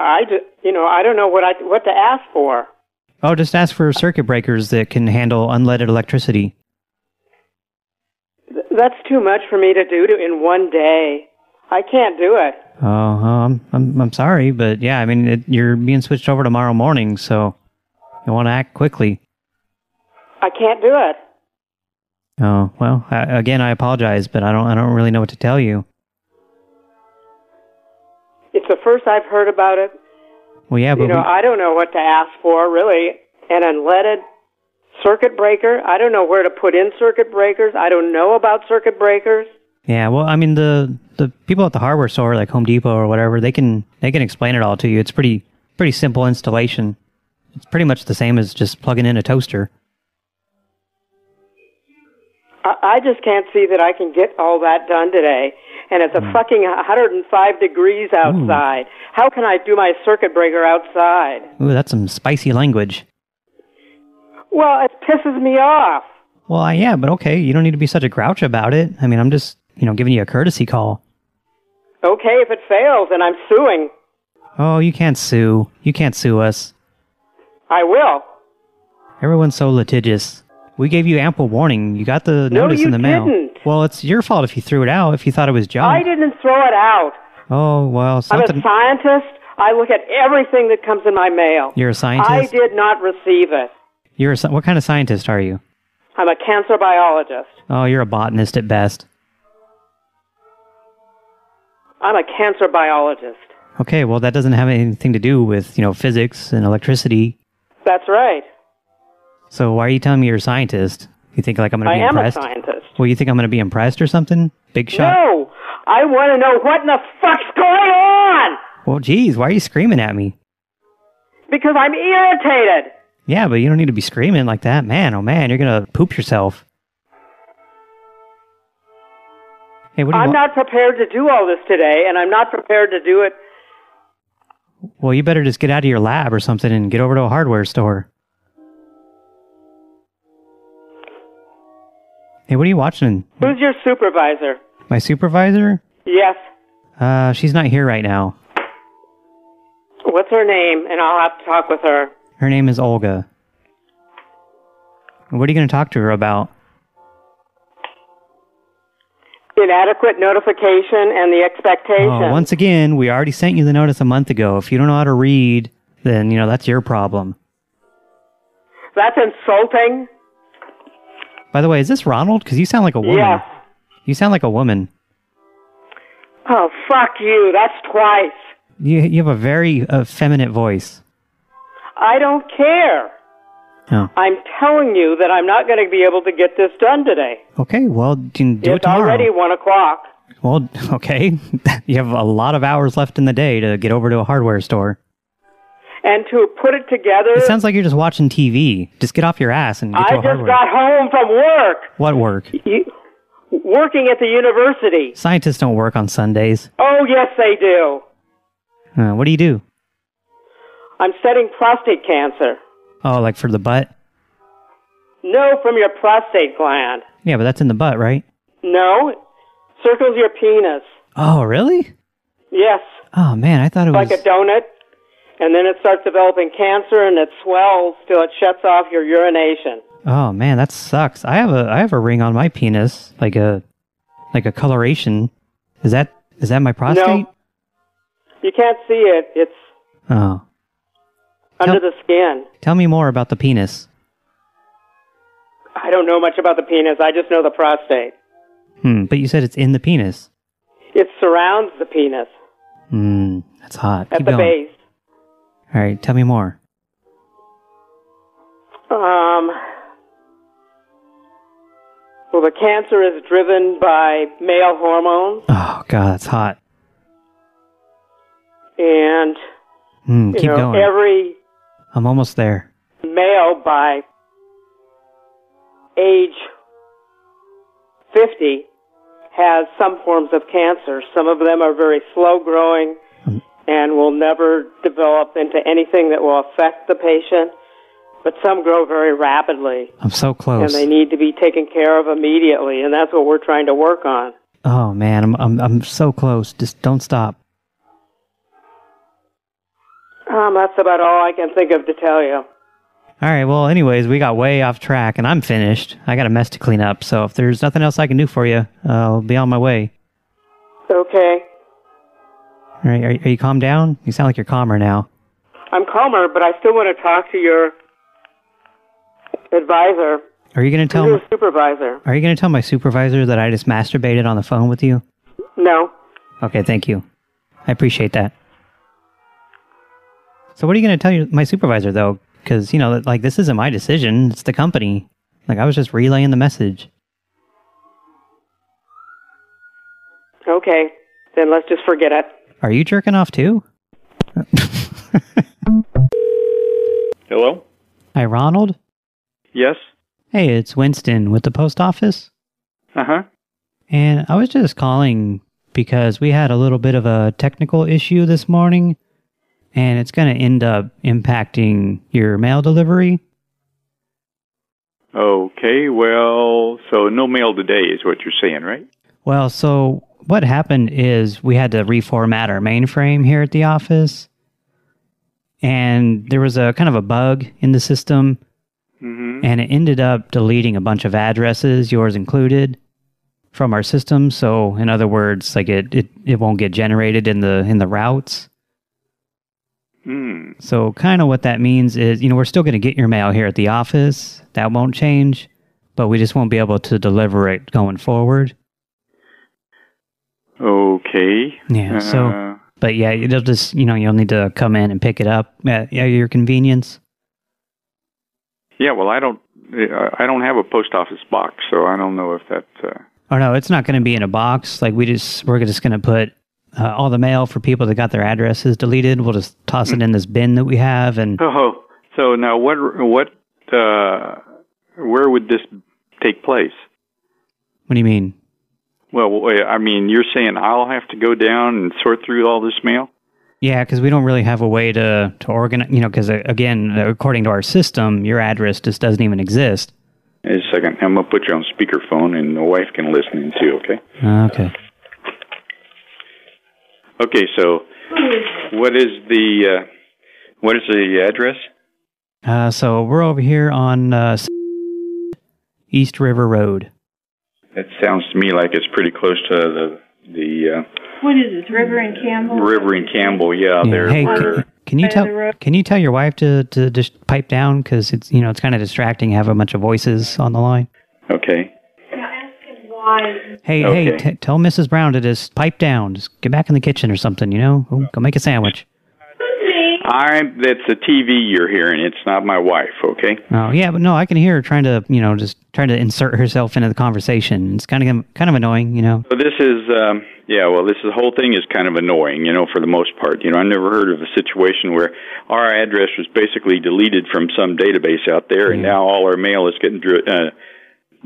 S17: I, d- you know, I don't know what I what to ask for.
S2: Oh, just ask for circuit breakers that can handle unleaded electricity.
S17: Th- That's too much for me to do to, in one day. I can't do it.
S2: Oh, um, I'm I'm sorry, but yeah, I mean it, you're being switched over tomorrow morning, so you want to act quickly.
S17: I can't do it.
S2: Oh well, I, again, I apologize, but I don't I don't really know what to tell you.
S17: It's the first I've heard about it.
S2: Well, yeah, but
S17: you know,
S2: we-
S17: I don't know what to ask for really. An unleaded circuit breaker. I don't know where to put in circuit breakers. I don't know about circuit breakers.
S2: yeah, well, I mean the the people at the hardware store, like Home Depot or whatever, they can they can explain it all to you. It's pretty pretty simple installation. It's pretty much the same as just plugging in a toaster.
S17: I, I just can't see that I can get all that done today. And it's a
S2: Hmm.
S17: fucking 105 degrees outside. How can I do my circuit breaker outside?
S2: Ooh, that's some spicy language.
S17: Well, it pisses me off.
S2: Well, I- yeah, but okay, you don't need to be such a grouch about it. I mean, I'm just you know giving you a courtesy call.
S17: Okay, if it fails, then I'm suing.
S2: Oh, you can't sue. You can't sue us.
S17: I will.
S2: Everyone's so litigious. We gave you ample warning. You got the
S17: No,
S2: notice
S17: you
S2: in the mail.
S17: didn't.
S2: Well, it's your fault if you threw it out, if you thought it was
S17: I
S2: junk.
S17: didn't throw it out.
S2: oh, well,
S17: I'm a
S2: something.
S17: scientist. I look at everything that comes in my mail.
S2: You're a
S17: I
S2: scientist?
S17: did not receive it.
S2: You're a, sci- what kind of scientist are you?
S17: I'm a cancer biologist.
S2: Oh, you're a botanist at best.
S17: I'm a cancer biologist.
S2: Okay, well, that doesn't have anything to do with, you know, physics and electricity.
S17: That's right.
S2: So why are you telling me you're a scientist? You think, like, I'm going to
S17: I
S2: be
S17: am
S2: impressed?
S17: a scientist.
S2: Well, you think I'm going to be impressed or something? Big shot?
S17: No, I want to know what in the fuck's going on
S2: Well, geez, why are you screaming at me?
S17: because I'm irritated.
S2: Yeah, but you don't need to be screaming like that. Man, oh, man, you're going to poop yourself. Hey, what do you
S17: I'm not
S2: want?
S17: prepared to do all this today, and I'm not prepared to do it.
S2: Well, you better just get out of your lab or something and get over to a hardware store. Hey, what are you watching?
S17: Who's your supervisor?
S2: My supervisor?
S17: Yes.
S2: Uh, she's not here right now.
S17: What's her name? And I'll have to talk with her.
S2: Her name is Olga. What are you going to talk to her about?
S17: Inadequate notification and the expectation.
S2: Oh, once again, we already sent you the notice a month ago. If you don't know how to read, then, you know, that's your problem.
S17: That's insulting.
S2: By the way, is this Ronald? Because you sound like a woman.
S17: Yes.
S2: You sound like a woman.
S17: Oh, fuck you. That's twice.
S2: You, you have a very effeminate voice.
S17: I don't care.
S2: Oh.
S17: I'm telling you that I'm not going to be able to get this done today.
S2: Okay, well, you can do it
S17: it's
S2: tomorrow.
S17: already one o'clock.
S2: Well, okay. you have a lot of hours left in the day to get over to a hardware store.
S17: And to put it together,
S2: It sounds like you're just watching TV. Just get off your ass and get
S17: I
S2: to a
S17: just
S2: hardware.
S17: got home from work,
S2: what work?
S17: You- working at the university.
S2: Scientists don't work on Sundays.
S17: Oh, yes, they do.
S2: Uh, what do you do?
S17: I'm studying prostate cancer.
S2: Oh, like for the butt?
S17: No, from your prostate gland.
S2: Yeah, but that's in the butt, right?
S17: No, circles your penis.
S2: Oh, really?
S17: Yes,
S2: Oh, man, I thought it was...
S17: like a donut. And then it starts developing cancer and it swells till it shuts off your urination.
S2: Oh, man, that sucks. I have a I have a ring on my penis, like a like a coloration. Is that is that my prostate?
S17: No. You can't see it. It's
S2: Oh.
S17: under the skin.
S2: Tell me more about the penis.
S17: I don't know much about the penis. I just know the prostate.
S2: Hmm, but you said it's in the penis.
S17: It surrounds the penis
S2: Hmm, that's hot.
S17: at
S2: Keep
S17: the
S2: going.
S17: base.
S2: All right, tell me more.
S17: Um, well, the cancer is driven by male hormones,
S2: Oh god, that's hot.
S17: and
S2: Hmm,
S17: you
S2: keep
S17: know
S2: going.
S17: every
S2: I'm almost there.
S17: male by age fifty has some forms of cancer. Some of them are very slow growing
S2: Hmm.
S17: and will never develop into anything that will affect the patient, but some grow very rapidly.
S2: I'm so
S17: and
S2: close.
S17: they need to be taken care of immediately, and that's what we're trying to work on.
S2: oh man, I'm I'm I'm so close. Just don't stop.
S17: Um, that's about all I can think of to tell you.
S2: All right, well, anyways, we got way off track and I'm finished. I got a mess to clean up, so if there's nothing else I can do for you, uh, I'll be on my way.
S17: Okay,
S2: All right, are, are you calm down? You sound like you're calmer now.
S17: I'm calmer, but I still want to talk to your advisor,
S2: Are you going to tell
S17: your
S2: me,
S17: supervisor.
S2: Are you going to tell my supervisor that I just masturbated on the phone with you?
S17: No,
S2: Okay, thank you. I appreciate that. So what are you going to tell your, my supervisor though? Because you know, like this isn't my decision; it's the company. Like I was just relaying the message.
S17: okay, then let's just forget it.
S2: Are you jerking off too?
S18: Hello?
S2: Hi, Ronald.
S18: Yes?
S2: Hey, it's Winston with the post office,
S18: Uh
S2: Uh-huh.
S18: huh.
S2: and I was just calling because we had a little bit of a technical issue this morning, and it's going to end up impacting your mail delivery.
S18: Okay, well, so no mail today is what you're saying, right?
S2: Well, so what happened is we had to reformat our mainframe here at the office. And there was a kind of a bug in the system,
S18: Mm
S2: and it ended up deleting a bunch of addresses, yours included, from our system. So, in other words, like it, it, it won't get generated in the in the routes.
S18: hmm. Mm.
S2: So, kind of what that means is, you know, we're still going to get your mail here at the office. That won't change, but we just won't be able to deliver it going forward.
S18: Okay.
S2: Yeah. So,
S18: Uh,
S2: but yeah, it'll just you know you'll need to come in and pick it up at at your convenience.
S18: yeah, well, I don't. uh, I don't have a post office box, so I don't know if that. Uh,
S2: Or no, it's not going to be in a box. Like we just we're just going to put uh, all the mail for people that got their addresses deleted. We'll just toss it in this bin that we have, and
S18: oh, so now what? What? Uh, where would this take place?
S2: what do you mean?
S18: Well, wait, I mean, you're saying I'll have to go down and sort through all this mail?
S2: Yeah, because we don't really have a way to uh, to organize. You know, because again, according to our system, your address just doesn't even exist.
S18: Just a second. I'm going to put you on speakerphone and the wife can listen in too, okay?
S2: Okay.
S18: Okay, so what is the uh, what is the address?
S2: Uh, so we're over here on uh, East River Road.
S18: That sounds to me like it's pretty close to the the
S19: What is this, River and
S18: uh,
S19: Campbell?
S18: River and Campbell. Yeah,
S2: Yeah,
S18: there.
S2: hey,
S18: where-
S2: Can you
S19: Side of the
S2: tell
S19: road.
S2: Can you tell your wife to to just pipe down because it's you know it's kind of distracting having a bunch of voices on the line.
S18: okay.
S2: Hey, hey,
S18: Okay.
S2: t- tell Mrs. Brown to just pipe down. Just get back in the kitchen or something. You know, go, go make a sandwich.
S18: I'm. That's the TV you're hearing. It's not my wife. Okay.
S2: Oh yeah, but no, I can hear her trying to you know just trying to insert herself into the conversation. It's kind of kind of annoying, you know.
S18: So this is, um, yeah, well, this is, the whole thing is kind of annoying, you know, for the most part. You know, I've never heard of a situation where our address was basically deleted from some database out there, and now all our mail is getting dri- uh,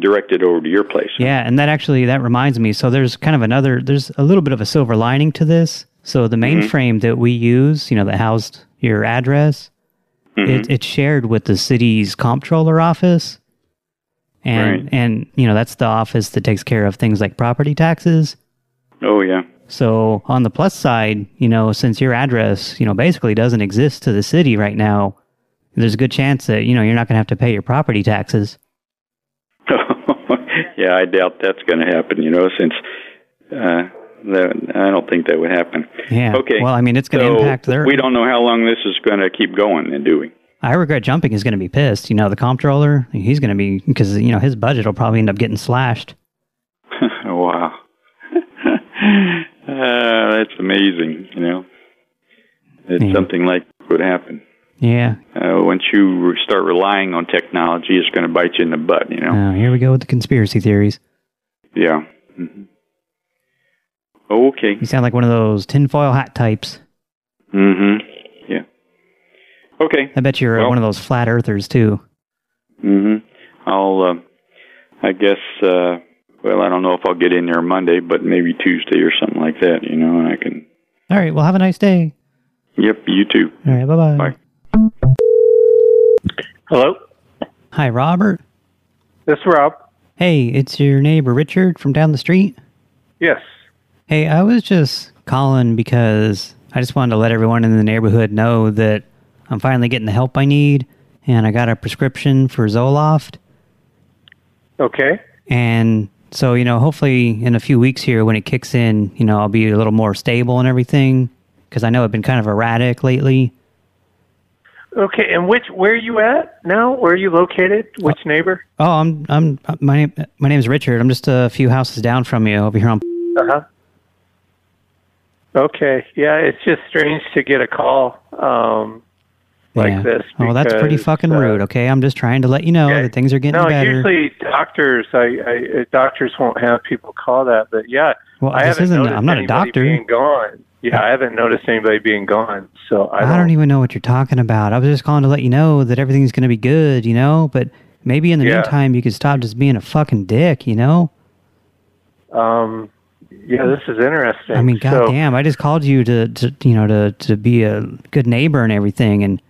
S18: directed over to your place.
S2: Yeah, and that actually that reminds me. So there's kind of another there's a little bit of a silver lining to this. So the
S18: Mhm.
S2: mainframe that we use, you know, that housed your address,
S18: Mhm.
S2: it, it's shared with the city's comptroller office. And
S18: Right.
S2: and you know, that's the office that takes care of things like property taxes.
S18: Oh, yeah.
S2: So on the plus side, you know, since your address, you know, basically doesn't exist to the city right now, there's a good chance that, you know, you're not going to have to pay your property taxes.
S18: yeah, I doubt that's going to happen, you know, since uh, that, I don't think that would happen.
S2: Yeah.
S18: Okay.
S2: Well, I mean, it's going to
S18: so
S2: impact their
S18: We don't know how long this is going to keep going, then, do we?
S2: I regret jumping is going to be pissed. You know, the comptroller, he's going to be because you know his budget will probably end up getting slashed.
S18: wow. Uh, that's amazing, you know. That something like would happen.
S2: Yeah.
S18: Uh, once you re- start relying on technology, it's going to bite you in the butt, you know?
S2: Oh, here we go with the conspiracy theories.
S18: Yeah. hmm Okay.
S2: You sound like one of those tinfoil hat types.
S18: hmm Yeah. Okay.
S2: I bet you're uh, one of those flat earthers too.
S18: hmm I'll, uh, I guess, uh, well, I don't know if I'll get in there Monday, but maybe Tuesday or something like that, you know, and I can.
S2: All right. Well, have a nice day.
S18: Yep, you too.
S2: All right. Bye bye.
S20: Hello,
S2: Hi, Robert.
S20: this is Rob.
S2: Hey, it's your neighbor Richard from down the street.
S20: Yes.
S2: Hey, I was just calling because I just wanted to let everyone in the neighborhood know that I'm finally getting the help I need, and I got a prescription for Zoloft.
S20: Okay.
S2: And so, you know, hopefully in a few weeks here when it kicks in, you know, I'll be a little more stable and everything because I know I've been kind of erratic lately.
S20: Okay, and which where are you at now? Where are you located? Which neighbor?
S2: Oh, I'm I'm my name my name's Richard. I'm just a few houses down from you over here on
S20: Uh huh. Okay. Yeah, it's just strange to get a call um, like
S2: Yeah.
S20: this.
S2: Oh, that's pretty
S20: because,
S2: fucking
S20: uh,
S2: rude, okay? I'm just trying to let you know that things are getting
S20: No,
S2: better.
S20: usually doctors, I, I uh, doctors won't have people call that, but yeah,
S2: Well,
S20: I
S2: this
S20: haven't
S2: isn't-
S20: noticed
S2: I'm not a
S20: anybody
S2: doctor.
S20: being gone. Yeah, I haven't noticed anybody being gone, so I
S2: I don't,
S20: don't.
S2: even know what you're talking about. I was just calling to let you know that everything's going to be good, you know? But maybe in the
S20: Yeah.
S2: meantime you could stop just being a fucking dick, you know?
S20: Um, yeah, this is interesting.
S2: I mean,
S20: So-
S2: goddamn! I just called you to, to, you know, to to be a good neighbor and everything, and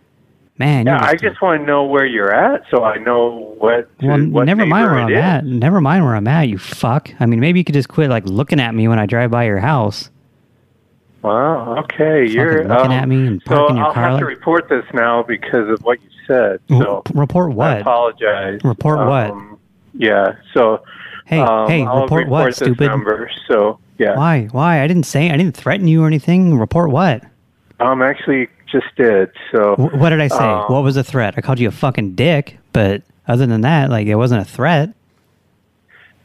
S2: man,
S20: Yeah,
S2: you're
S20: I
S2: just,
S20: just want to know where you're at so I know what. to-
S2: well,
S20: what
S2: never mind
S20: neighbor
S2: where
S20: it
S2: I'm
S20: is.
S2: at. Never mind where I'm at, you fuck. I mean, maybe you could just quit like looking at me when I drive by your house.
S20: Wow. Okay, you're
S2: looking
S20: um,
S2: at me and
S20: so
S2: parking your
S20: I'll
S2: car
S20: have
S2: like-
S20: to report this now because of what you said. So
S2: P- report
S20: I
S2: what?
S20: apologize.
S2: Report what?
S20: Um, Yeah. So.
S2: Hey,
S20: um,
S2: hey,
S20: I'll
S2: report what,
S20: this
S2: stupid?
S20: Number, so yeah,
S2: Why? Why? I didn't say. I didn't threaten you or anything. Report what?
S20: um, actually just did. So
S2: Wh- What did I say?
S20: um,
S2: what was the threat? I called you a fucking dick, but other than that, like it wasn't a threat.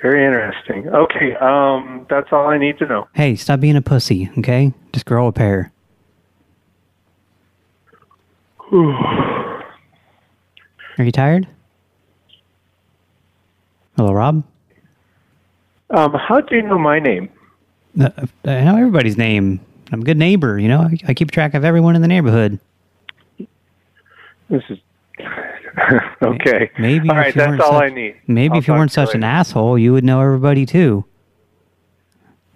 S20: very interesting. Okay. Um, that's all I need to know.
S2: Hey, stop being a pussy, okay? Just grow a pair. Are you tired? Hello, Rob.
S20: Um, how do you know my name?
S2: Uh, I know everybody's name. I'm a good neighbor, you know. I, I keep track of everyone in the neighborhood.
S20: This is okay.
S2: Maybe
S20: all
S2: if
S20: right.
S2: you
S20: That's
S2: weren't
S20: all
S2: such-
S20: I need.
S2: Maybe
S20: I'll
S2: if you
S20: talk
S2: weren't
S20: to
S2: such
S20: later.
S2: an asshole, you would know everybody too.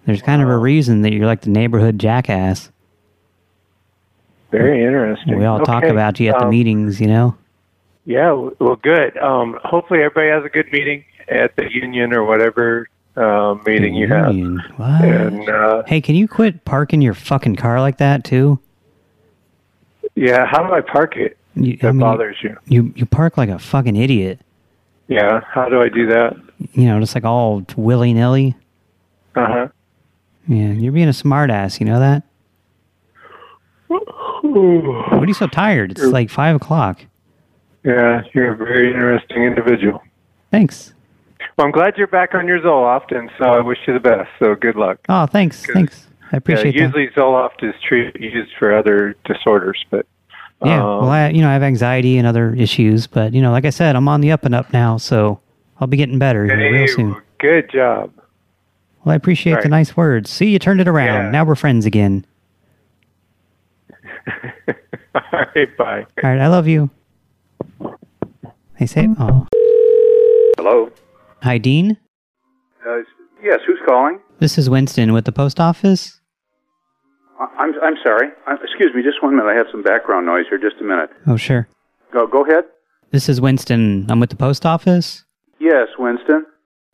S2: There's kind of a reason that you're like the neighborhood jackass.
S20: Very interesting.
S2: We all talk
S20: Okay,
S2: about you at the
S20: um,
S2: meetings, you know.
S20: Yeah, w- well, good. Um, hopefully, everybody has a good meeting at the union or whatever uh, meeting you have.
S2: What?
S20: And uh,
S2: hey, can you quit parking your fucking car like that too?
S20: yeah, how do I park it?
S2: You,
S20: that bothers you.
S2: You you park like a fucking idiot.
S20: Yeah, how do I do that?
S2: You know, just like all willy nilly.
S20: Uh huh.
S2: Yeah, you're being a smartass. You know that. What are you so tired? It's like five o'clock.
S20: Yeah, you're a very interesting individual.
S2: Thanks.
S20: Well, I'm glad you're back on your Zoloft, and so I wish you the best. So good luck.
S2: Oh, thanks. Thanks. I appreciate
S20: yeah,
S2: that.
S20: Usually Zoloft is treat, used for other disorders, but
S2: Yeah.
S20: um,
S2: well, I you know I have anxiety and other issues, but you know, like I said, I'm on the up and up now, so I'll be getting better here real soon.
S20: good job.
S2: Well, I appreciate the
S20: Right.
S2: nice words. See, you turned it around. Now we're friends again.
S20: All right, bye.
S2: All right, I love you. They say, oh,
S19: Hello.
S2: hi, Dean.
S19: Uh, yes, who's calling?
S2: This is Winston with the post office.
S19: I- I'm I'm sorry. i excuse me, just one minute. I have some background noise here. Just a minute.
S2: Oh, sure.
S19: Go go ahead.
S2: This is Winston. I'm with the post office,
S19: Yes, Winston.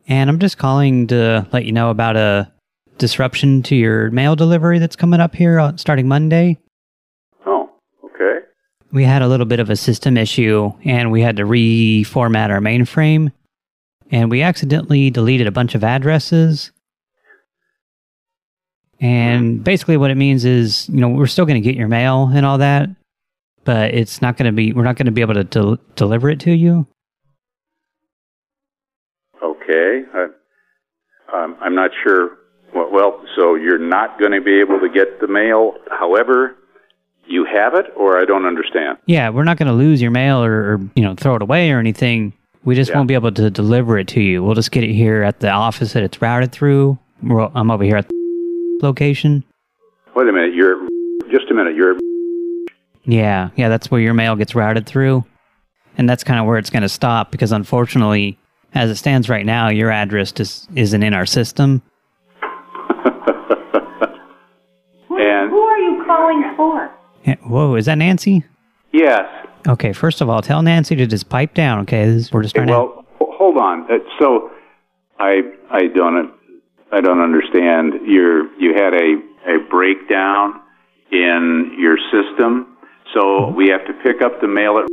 S2: and I'm just calling to let you know about a disruption to your mail delivery that's coming up here on, starting Monday.
S19: Oh, okay.
S2: We had a little bit of a system issue, and we had to reformat our mainframe, and we accidentally deleted a bunch of addresses. And basically, what it means is, you know, we're still going to get your mail and all that, but it's not going to be, we're not going to be able to del- deliver it to you.
S19: Okay. I, um, I'm not sure. Well, well, so you're not going to be able to get the mail. However, you have it, or I don't understand.
S2: Yeah, we're not going to lose your mail or, or, you know, throw it away or anything. We just won't be able to deliver it to you. We'll just get it here at the office that it's routed through. We're, I'm over here at the location.
S19: Wait a minute. You're just a minute. You're
S2: Yeah, yeah, that's where your mail gets routed through. And that's kind of where it's going to stop because unfortunately, as it stands right now, your address just isn't in our system.
S19: and
S7: Who are you calling for?
S2: Eh, Whoa, is that Nancy?
S19: yes.
S2: Okay, first of all, tell Nancy to just pipe down, okay? This is- we're just trying
S19: well, ho- hold on. Uh, so, I I don't I don't understand. You you had a a breakdown in your system, so we have to pick up the mail at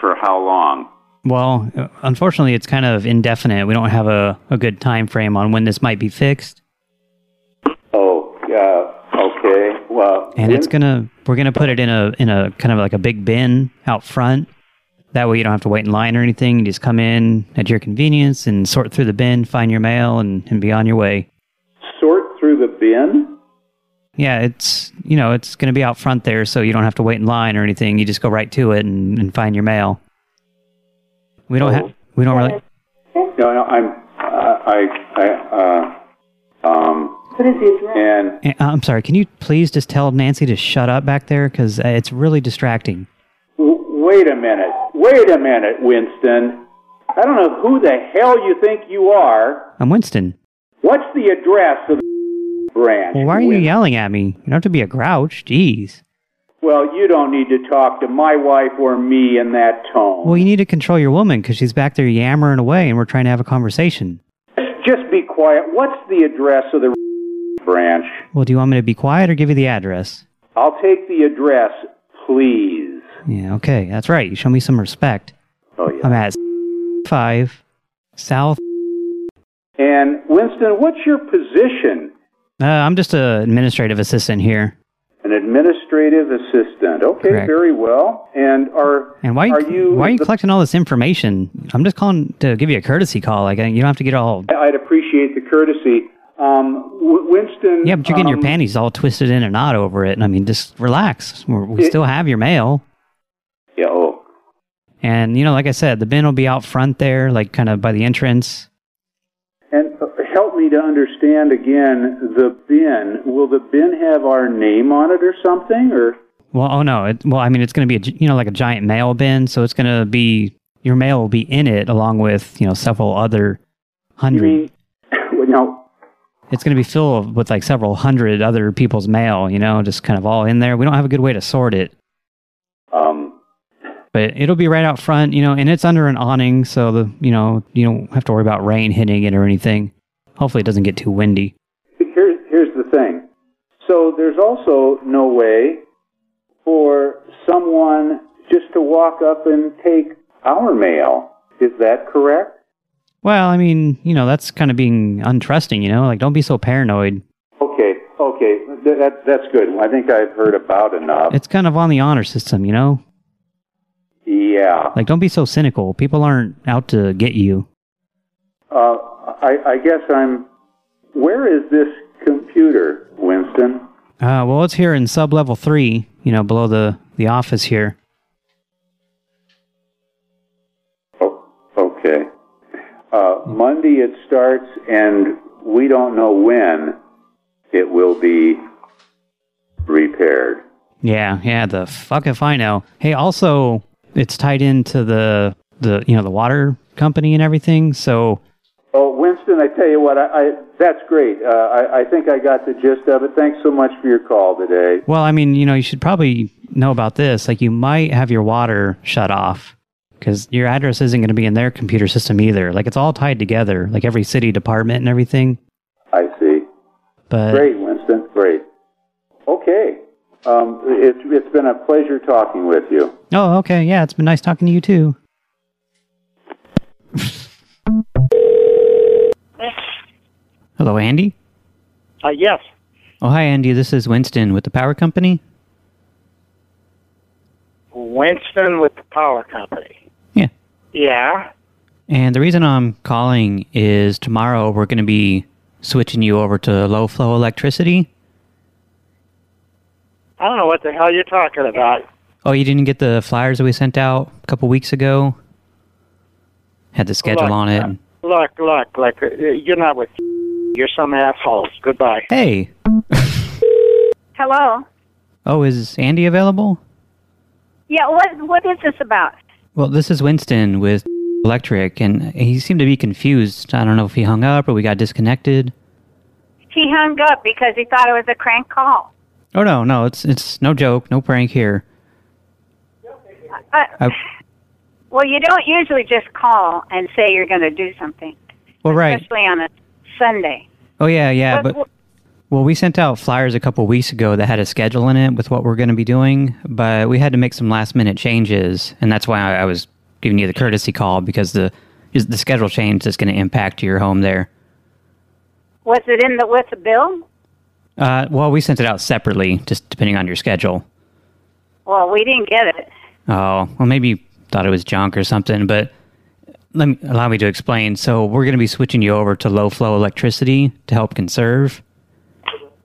S19: for how long?
S2: to. Well, uh, unfortunately, it's kind of indefinite. We don't have a, a good time frame on when this might be fixed.
S19: Oh, uh, okay. Well,
S2: And it's going to, we're going to put it in a, in a kind of like a big bin out front. That way you don't have to wait in line or anything. You just come in at your convenience and sort through the bin, find your mail, and, and be on your way.
S19: sort through the bin.
S2: Yeah, it's you know it's going to be out front there, so you don't have to wait in line or anything. You just go right to it and, and find your mail. We don't have we don't Oh, really
S19: No, no, I'm uh, I I, I uh, um. What is the address? And
S2: Eh, I'm sorry. Can you please just tell Nancy to shut up back there because it's really distracting.
S19: W- Wait a minute. Wait a minute, Winston. I don't know who the hell you think you are.
S2: I'm Winston.
S19: What's the address of the branch?
S2: Well, why are you yelling at me? You don't have to be a grouch. Jeez.
S19: Well, you don't need to talk to my wife or me in that tone.
S2: Well, you need to control your woman because she's back there yammering away, and we're trying to have a conversation.
S19: Just be quiet. What's the address of the branch?
S2: Well, do you want me to be quiet or give you the address?
S19: I'll take the address, please.
S2: Yeah, okay. That's right. You show me some respect.
S19: Oh, yeah.
S2: I'm at 5 South.
S19: And Winston, what's your position?
S2: Uh, I'm just an administrative assistant here.
S19: An administrative assistant. Okay,
S2: Correct.
S19: very well. And are
S2: And why
S19: are you
S2: why are you
S19: the
S2: collecting all this information? I'm just calling to give you a courtesy call. Like I- you don't have to get all
S19: I'd appreciate the courtesy. Um, W- Winston.
S2: yeah, but you're getting your
S19: um,
S2: panties all twisted in a knot over it. And I mean, just relax. We're, we
S19: It-
S2: still have your mail,
S19: Yeah. Oh.
S2: and you know, like I said, the bin will be out front there, like kind of by the entrance.
S19: And uh, help me to understand again the bin. Will the bin have our name on it or something? Or
S2: Well, oh no, it, well, I mean, it's going to be a, gi- you know like a giant mail bin, so it's going to be your mail will be in it along with you know several other hundred.
S19: well, no.
S2: it's going to be filled with like several hundred other people's mail, you know, just kind of all in there. We don't have a good way to sort it.
S19: Um,
S2: But it'll be right out front, you know, and it's under an awning, so the you know you don't have to worry about rain hitting it or anything. Hopefully, it doesn't get too windy.
S19: Here's here's the thing. So there's also no way for someone just to walk up and take our mail. Is that correct?
S2: Well, I mean, you know, that's kind of being untrusting, you know, like don't be so paranoid.
S19: Okay, okay, Th- that, that's good. I think I've heard about enough.
S2: It's kind of on the honor system, you know.
S19: Yeah.
S2: Like don't be so cynical. People aren't out to get you.
S19: Uh, I, I guess I'm. Where is this computer, Winston?
S2: Uh, well, it's here in sub level three, you know, below the the office here.
S19: Okay. Uh, Monday it starts, and we don't know when it will be repaired.
S2: Yeah, yeah. The fuck if I know. Hey, also, it's tied into the the you know the water company and everything. So
S19: Oh, Winston, I tell you what, I, I that's great. Uh, I, I think I got the gist of it. Thanks so much for your call today.
S2: Well, I mean, you know, you should probably know about this. Like, you might have your water shut off because your address isn't going to be in their computer system either. Like, it's all tied together, like every city department and everything.
S19: I see.
S2: But
S19: Great, Winston. Great. Okay. Um, it's it's been a pleasure talking with you.
S2: oh, okay, yeah, it's been nice talking to you too. Hello, Andy.
S10: Uh, yes.
S2: Oh, hi, Andy. This is Winston with the power company.
S10: Winston with the power company.
S2: Yeah.
S10: Yeah.
S2: And the reason I'm calling is tomorrow we're going to be switching you over to low flow electricity.
S10: I don't know what the hell you're talking about.
S2: Oh, you didn't get the flyers that we sent out a couple weeks ago? Had the schedule
S10: Look,
S2: on it. and-
S10: Look, look, look. uh, You're not with. You're some assholes. Goodbye.
S2: Hey.
S7: Hello.
S2: Oh, is Andy available?
S7: Yeah. What What is this about?
S2: Well, this is Winston with Electric, and he seemed to be confused. I don't know if he hung up or we got disconnected.
S7: He hung up because he thought it was a crank call.
S2: Oh no, no, it's it's no joke, no prank here.
S7: Uh,
S2: I,
S7: well, you don't usually just call and say you're going to do something,
S2: well, right.
S7: especially on a Sunday.
S2: Oh yeah, yeah,
S7: What-
S2: but well, we sent out flyers a couple weeks ago that had a schedule in it with what we're going to be doing, but we had to make some last minute changes, and that's why I, I was giving you the courtesy call because the is the schedule change that's going to impact your home there.
S7: Was it in the with the bill?
S2: Uh, well, we sent it out separately, just depending on your schedule.
S7: Well, we didn't get it.
S2: Oh, well, maybe you thought it was junk or something, but let me allow me to explain. So we're going to be switching you over to low flow electricity to help conserve,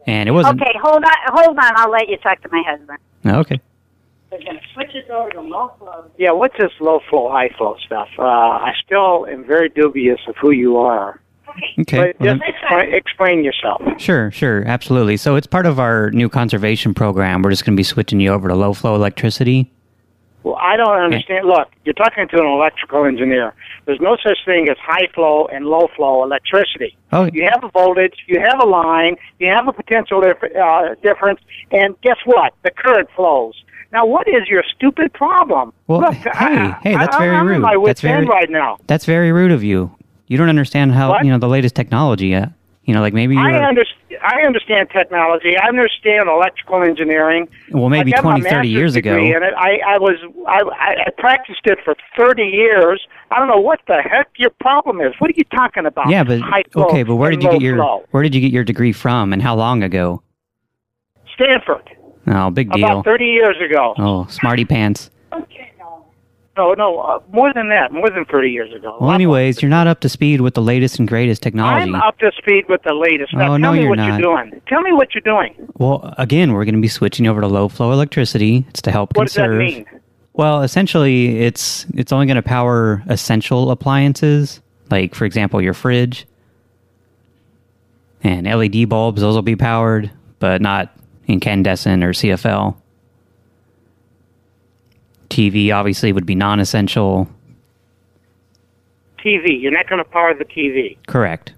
S2: and it wasn't oh,
S7: Okay, hold on, hold on. I'll let you talk to my husband.
S2: okay.
S10: They're going to switch us over to low flow. Yeah, what's this low flow, high flow stuff? Uh, I still am very dubious of who you are.
S2: Okay.
S10: But
S2: well,
S10: just explain, explain yourself.
S2: Sure, sure, absolutely. So it's part of our new conservation program. We're just going to be switching you over to low flow electricity.
S10: Well, I don't understand. Look, you're talking to an electrical engineer. There's no such thing as high flow and low flow electricity.
S2: Oh.
S10: You have a voltage, you have a line, you have a potential dif- uh, difference, and guess what? The current flows. Now, what is your stupid problem?
S2: Well,
S10: Look,
S2: hey,
S10: I,
S2: hey, that's
S10: I,
S2: very
S10: I'm on
S2: rude.
S10: my
S2: That's
S10: wit's
S2: very
S10: end right now.
S2: That's very rude of you. You don't understand how you know the latest technology. Yet. You know, like maybe you're
S10: I, underst- I understand technology. I understand electrical engineering.
S2: well, maybe
S10: I got my
S2: 20, 30 years
S10: master's degree
S2: ago.
S10: In it. I, I was I, I- I practiced it for 30 years. I don't know what the heck your problem is. What are you talking about?
S2: Yeah, but
S10: High flow
S2: okay, but where
S10: and
S2: did you
S10: low
S2: get your
S10: flow.
S2: where did you get your degree from, and how long ago?
S10: Stanford
S2: Oh, big deal.
S10: about 30 years ago?
S2: Oh, smarty pants.
S10: No, no, uh, more than that, more than 30 years ago.
S2: Well, anyways, you're not up to speed with the latest and greatest technology.
S10: I'm up to speed with the latest. Now,
S2: Oh,
S10: tell
S2: no,
S10: me
S2: you're
S10: what
S2: not.
S10: you're doing. Tell me what you're doing.
S2: Well, again, we're going to be switching over to low flow electricity. It's to help
S10: What does that
S2: conserve.
S10: mean?
S2: Well, essentially, it's it's only going to power essential appliances, like for example, your fridge and LED bulbs. Those will be powered, but not incandescent or CFL. TV obviously would be non-essential.
S10: TV. You're not going to power the TV.
S2: Correct.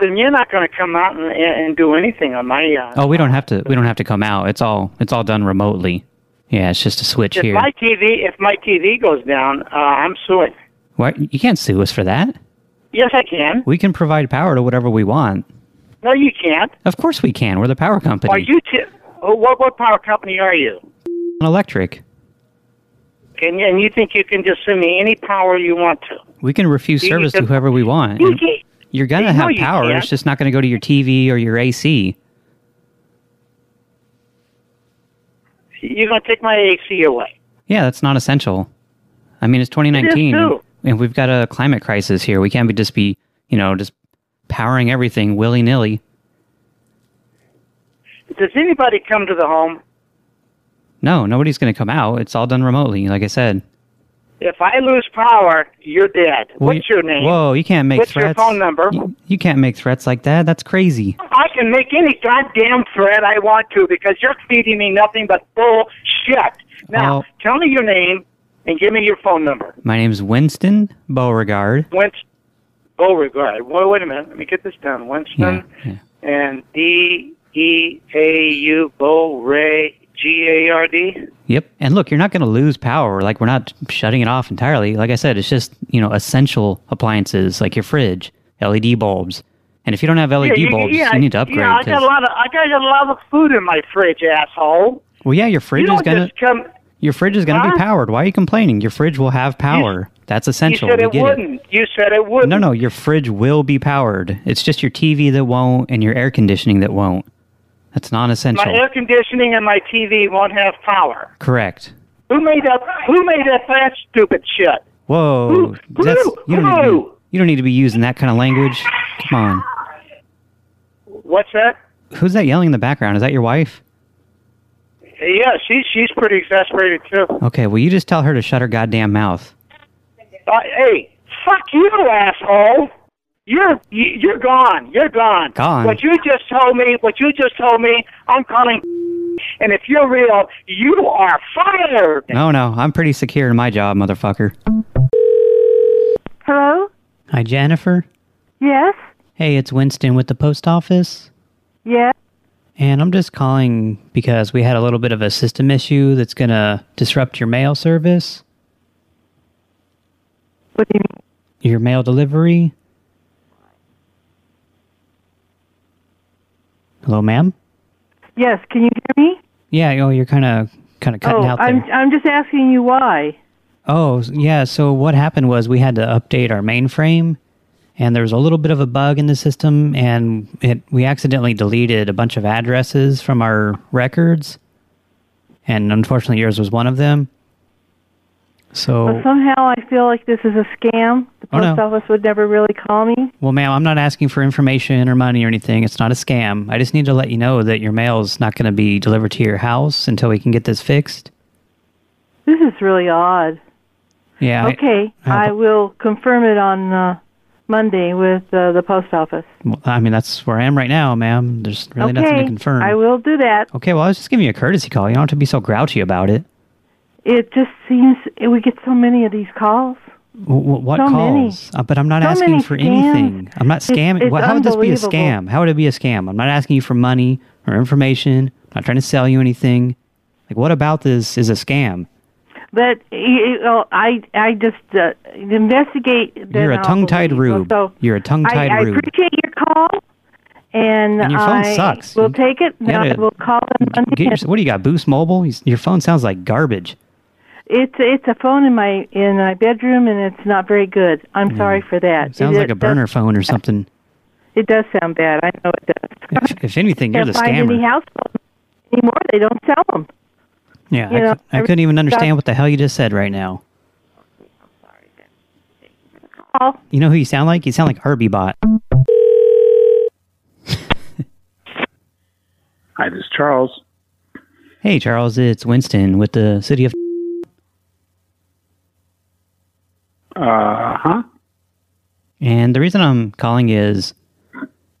S10: Then you're not going to come out and, and do anything on my. Uh,
S2: Oh, we don't have to. We don't have to come out. It's all. It's all done remotely. Yeah, it's just a switch
S10: If
S2: here.
S10: my TV, if my TV goes down, uh, I'm suing.
S2: What? You can't sue us for that.
S10: Yes, I can.
S2: We can provide power to whatever we want.
S10: No, you can't.
S2: Of course we can. We're the power company.
S10: Are you? T- oh, what what power company are you?
S2: Electric.
S10: And and you think you can just send me any power you want to?
S2: We can refuse
S10: You
S2: service
S10: can-
S2: to whoever we want.
S10: You
S2: And
S10: can't-
S2: You're gonna
S10: No,
S2: have
S10: you
S2: power.
S10: can't.
S2: It's just not gonna go to your TV or your AC.
S10: You're going to take my AC away.
S2: Yeah, that's not essential. I mean, it's 2019,
S10: It is too.
S2: and we've got a climate crisis here. We can't be just be, you know, just powering everything willy nilly.
S10: Does anybody come to the home?
S2: No, nobody's going to come out. It's all done remotely, like I said.
S10: If I lose power, you're dead.
S2: Well,
S10: What's your name?
S2: Whoa, you can't make
S10: What's your
S2: threats.
S10: phone number?
S2: You can't make threats like that. That's crazy.
S10: I can make any goddamn threat I want to because you're feeding me nothing but bullshit. Now,
S2: Oh.
S10: tell me your name and give me your phone number.
S2: My name's Winston Beauregard.
S10: Winch Beauregard. Well, wait a minute. Let me get this down. Winston and D E A U Beauray G A R D.
S2: Yep. And look, you're not going to lose power. Like we're not shutting it off entirely. Like I said, it's just you know essential appliances like your fridge, LED bulbs, and if you don't have LED
S10: yeah, you-
S2: bulbs,
S10: yeah,
S2: you need to upgrade.
S10: Yeah, I
S2: 'cause-
S10: got a lot of I got a lot of food in my fridge, asshole.
S2: well, yeah, your fridge
S10: you
S2: is
S10: don't
S2: gonna
S10: just come.
S2: your fridge is gonna
S10: Huh?
S2: be powered. Why are you complaining? Your fridge will have power. That's essential.
S10: You said
S2: We
S10: it
S2: get
S10: wouldn't. You said it wouldn't.
S2: No, no, your fridge will be powered. It's just your TV that won't and your air conditioning that won't. That's
S10: My
S2: non-essential.
S10: air conditioning and my TV won't have power.
S2: Correct.
S10: Who made that? Who made up that stupid shit?
S2: Whoa, that's you don't, need to
S10: who?
S2: be, you don't need to be using that kind of language. Come on.
S10: What's that?
S2: Who's that yelling in the background? Is that your wife?
S10: Yeah, she she's pretty exasperated too.
S2: Okay, well, you just tell her to shut her goddamn mouth.
S10: Uh, hey, fuck you, asshole! You're you- you're gone. You're gone.
S2: Gone?
S10: What you just told me. What you just told me. I'm calling. And if you're real, you are fired.
S2: No, no, I'm pretty secure in my job, motherfucker.
S4: Hello?
S2: Hi, Jennifer.
S4: Yes?
S2: Hey, it's Winston with the post office.
S4: Yes?
S2: And I'm just calling because we had a little bit of a system issue that's going to disrupt your mail service.
S4: What do you mean?
S2: Your mail delivery. Hello, ma'am?
S4: Yes, can you hear me?
S2: Yeah, oh, you're kind of kind of cutting
S4: oh,
S2: out there.
S4: I'm I'm just asking you why.
S2: Oh, s- yeah. So what happened was we had to update our mainframe, and there was a little bit of a bug in the system, and it we accidentally deleted a bunch of addresses from our records, and unfortunately yours was one of them. So,
S4: But somehow I feel like this is a scam. The
S2: Oh, no.
S4: post office would never really call me.
S2: well, ma'am, I'm not asking for information or money or anything. It's not a scam. I just need to let you know that your mail's not going to be delivered to your house until we can get this fixed.
S4: This is really odd.
S2: Yeah. I-
S4: okay, I,
S2: I-
S4: will confirm it on uh, Monday with uh, the post office.
S2: well, I mean, that's where I am right now, ma'am. There's really
S4: okay,
S2: nothing to confirm.
S4: I will do that.
S2: Okay, well, I was just giving you a courtesy call. You don't have to be so grouchy about it.
S4: It just seems we get so many of these calls.
S2: W- w- what
S4: So many.
S2: calls? Uh, but I'm not
S4: So
S2: asking
S4: many
S2: for
S4: scams.
S2: anything. I'm not
S4: It's-
S2: scamming.
S4: it's
S2: Wha- how would this be a
S4: unbelievable.
S2: scam? How would it be a scam? I'm not asking you for money or information. I'm not trying to sell you anything. Like, what about this is a scam?
S4: But you know, I I just uh, investigate. then
S2: You're a
S4: I'll
S2: tongue-tied
S4: believe.
S2: rube.
S4: So
S2: You're a tongue-tied
S4: I,
S2: rube.
S4: I appreciate your call, and,
S2: And your phone
S4: I
S2: sucks.
S4: will take it.
S2: You
S4: Now I
S2: gotta-
S4: will call them Monday.
S2: Get your, what do you got? Boost Mobile? You s- Your phone sounds like garbage.
S4: It's it's a phone in my in my bedroom, and it's not very good. I'm sorry for that.
S2: Mm. Sounds
S4: it,
S2: like a
S4: does-
S2: burner phone or something.
S4: It does sound bad. I know it does.
S2: If, if anything, you're the
S4: Can't find any
S2: scammer.
S4: house phones anymore. They don't sell them.
S2: Yeah,
S4: you
S2: I,
S4: know,
S2: cou- I couldn't even
S4: everything's
S2: understand
S4: got-
S2: what the hell you just said right now.
S4: Oh,
S2: You know who you sound like? You sound like Arby Bot.
S5: Hi, this is Charles.
S2: Hey, Charles, it's Winston with the city of.
S5: Uh
S16: Uh-huh.
S5: huh.
S2: And the reason I'm calling is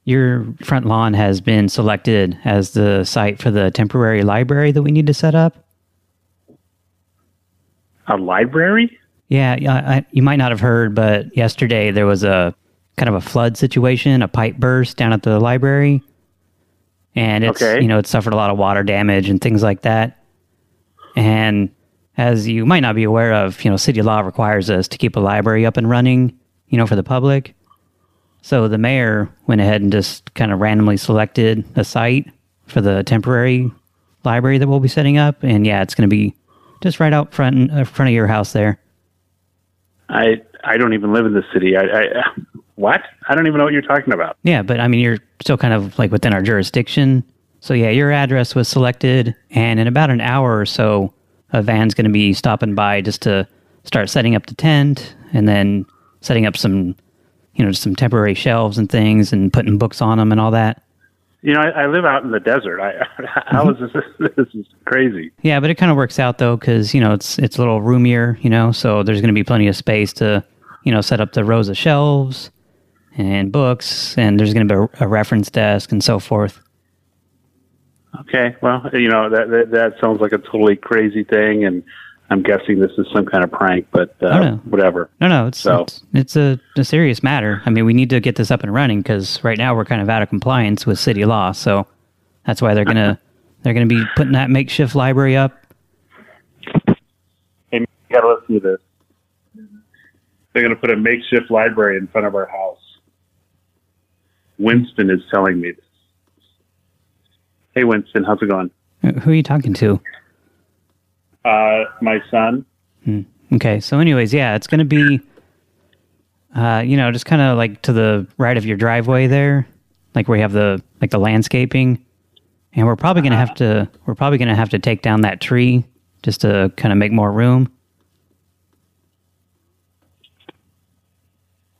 S2: your front lawn has been selected as the site for the temporary library that we need to set up.
S5: A library?
S2: Yeah, yeah, I, you might not have heard, but yesterday there was a kind of a flood situation, a pipe burst down at the library. And it's,
S5: Okay.
S2: you know, it suffered a lot of water damage and things like that. And as you might not be aware of, you know, city law requires us to keep a library up and running, you know, for the public. So the mayor went ahead and just kind of randomly selected a site for the temporary library that we'll be setting up. And yeah, it's going to be just right out front in uh, front of your house there.
S21: I I don't even live in the city. I, I what? I don't even know what you're talking about.
S2: Yeah, but I mean, you're still kind of like within our jurisdiction. So yeah, your address was selected, and in about an hour or so, a van's going to be stopping by just to start setting up the tent, and then setting up some, you know, just some temporary shelves and things, and putting books on them and all that.
S21: You know, I, I live out in the desert. I how is this? This is crazy.
S2: Yeah, but it kind of works out though, because you know it's it's a little roomier, you know, so there's going to be plenty of space to you know set up the rows of shelves and books, and there's going to be a, a reference desk and so forth.
S21: Okay, well, you know that, that that sounds like a totally crazy thing, and I'm guessing this is some kind of prank, but uh,
S2: Oh, no.
S21: whatever.
S2: No, no, it's
S21: So-
S2: it's, it's a, a serious matter. I mean, we need to get this up and running because right now we're kind of out of compliance with city law, so that's why they're gonna they're gonna be putting that makeshift library up.
S5: Hey, you gotta listen to this. They're gonna put a makeshift library in front of our house. Winston is telling me this. Hey, Winston, how's it going?
S2: Uh, Who are you talking to?
S5: Uh, my son.
S2: Hmm. Okay, so anyways, yeah, it's gonna be, uh, you know, just kind of like to the right of your driveway there, like where you have the like the landscaping, and we're probably gonna have to we're probably gonna have to take down that tree just to kind of make more room.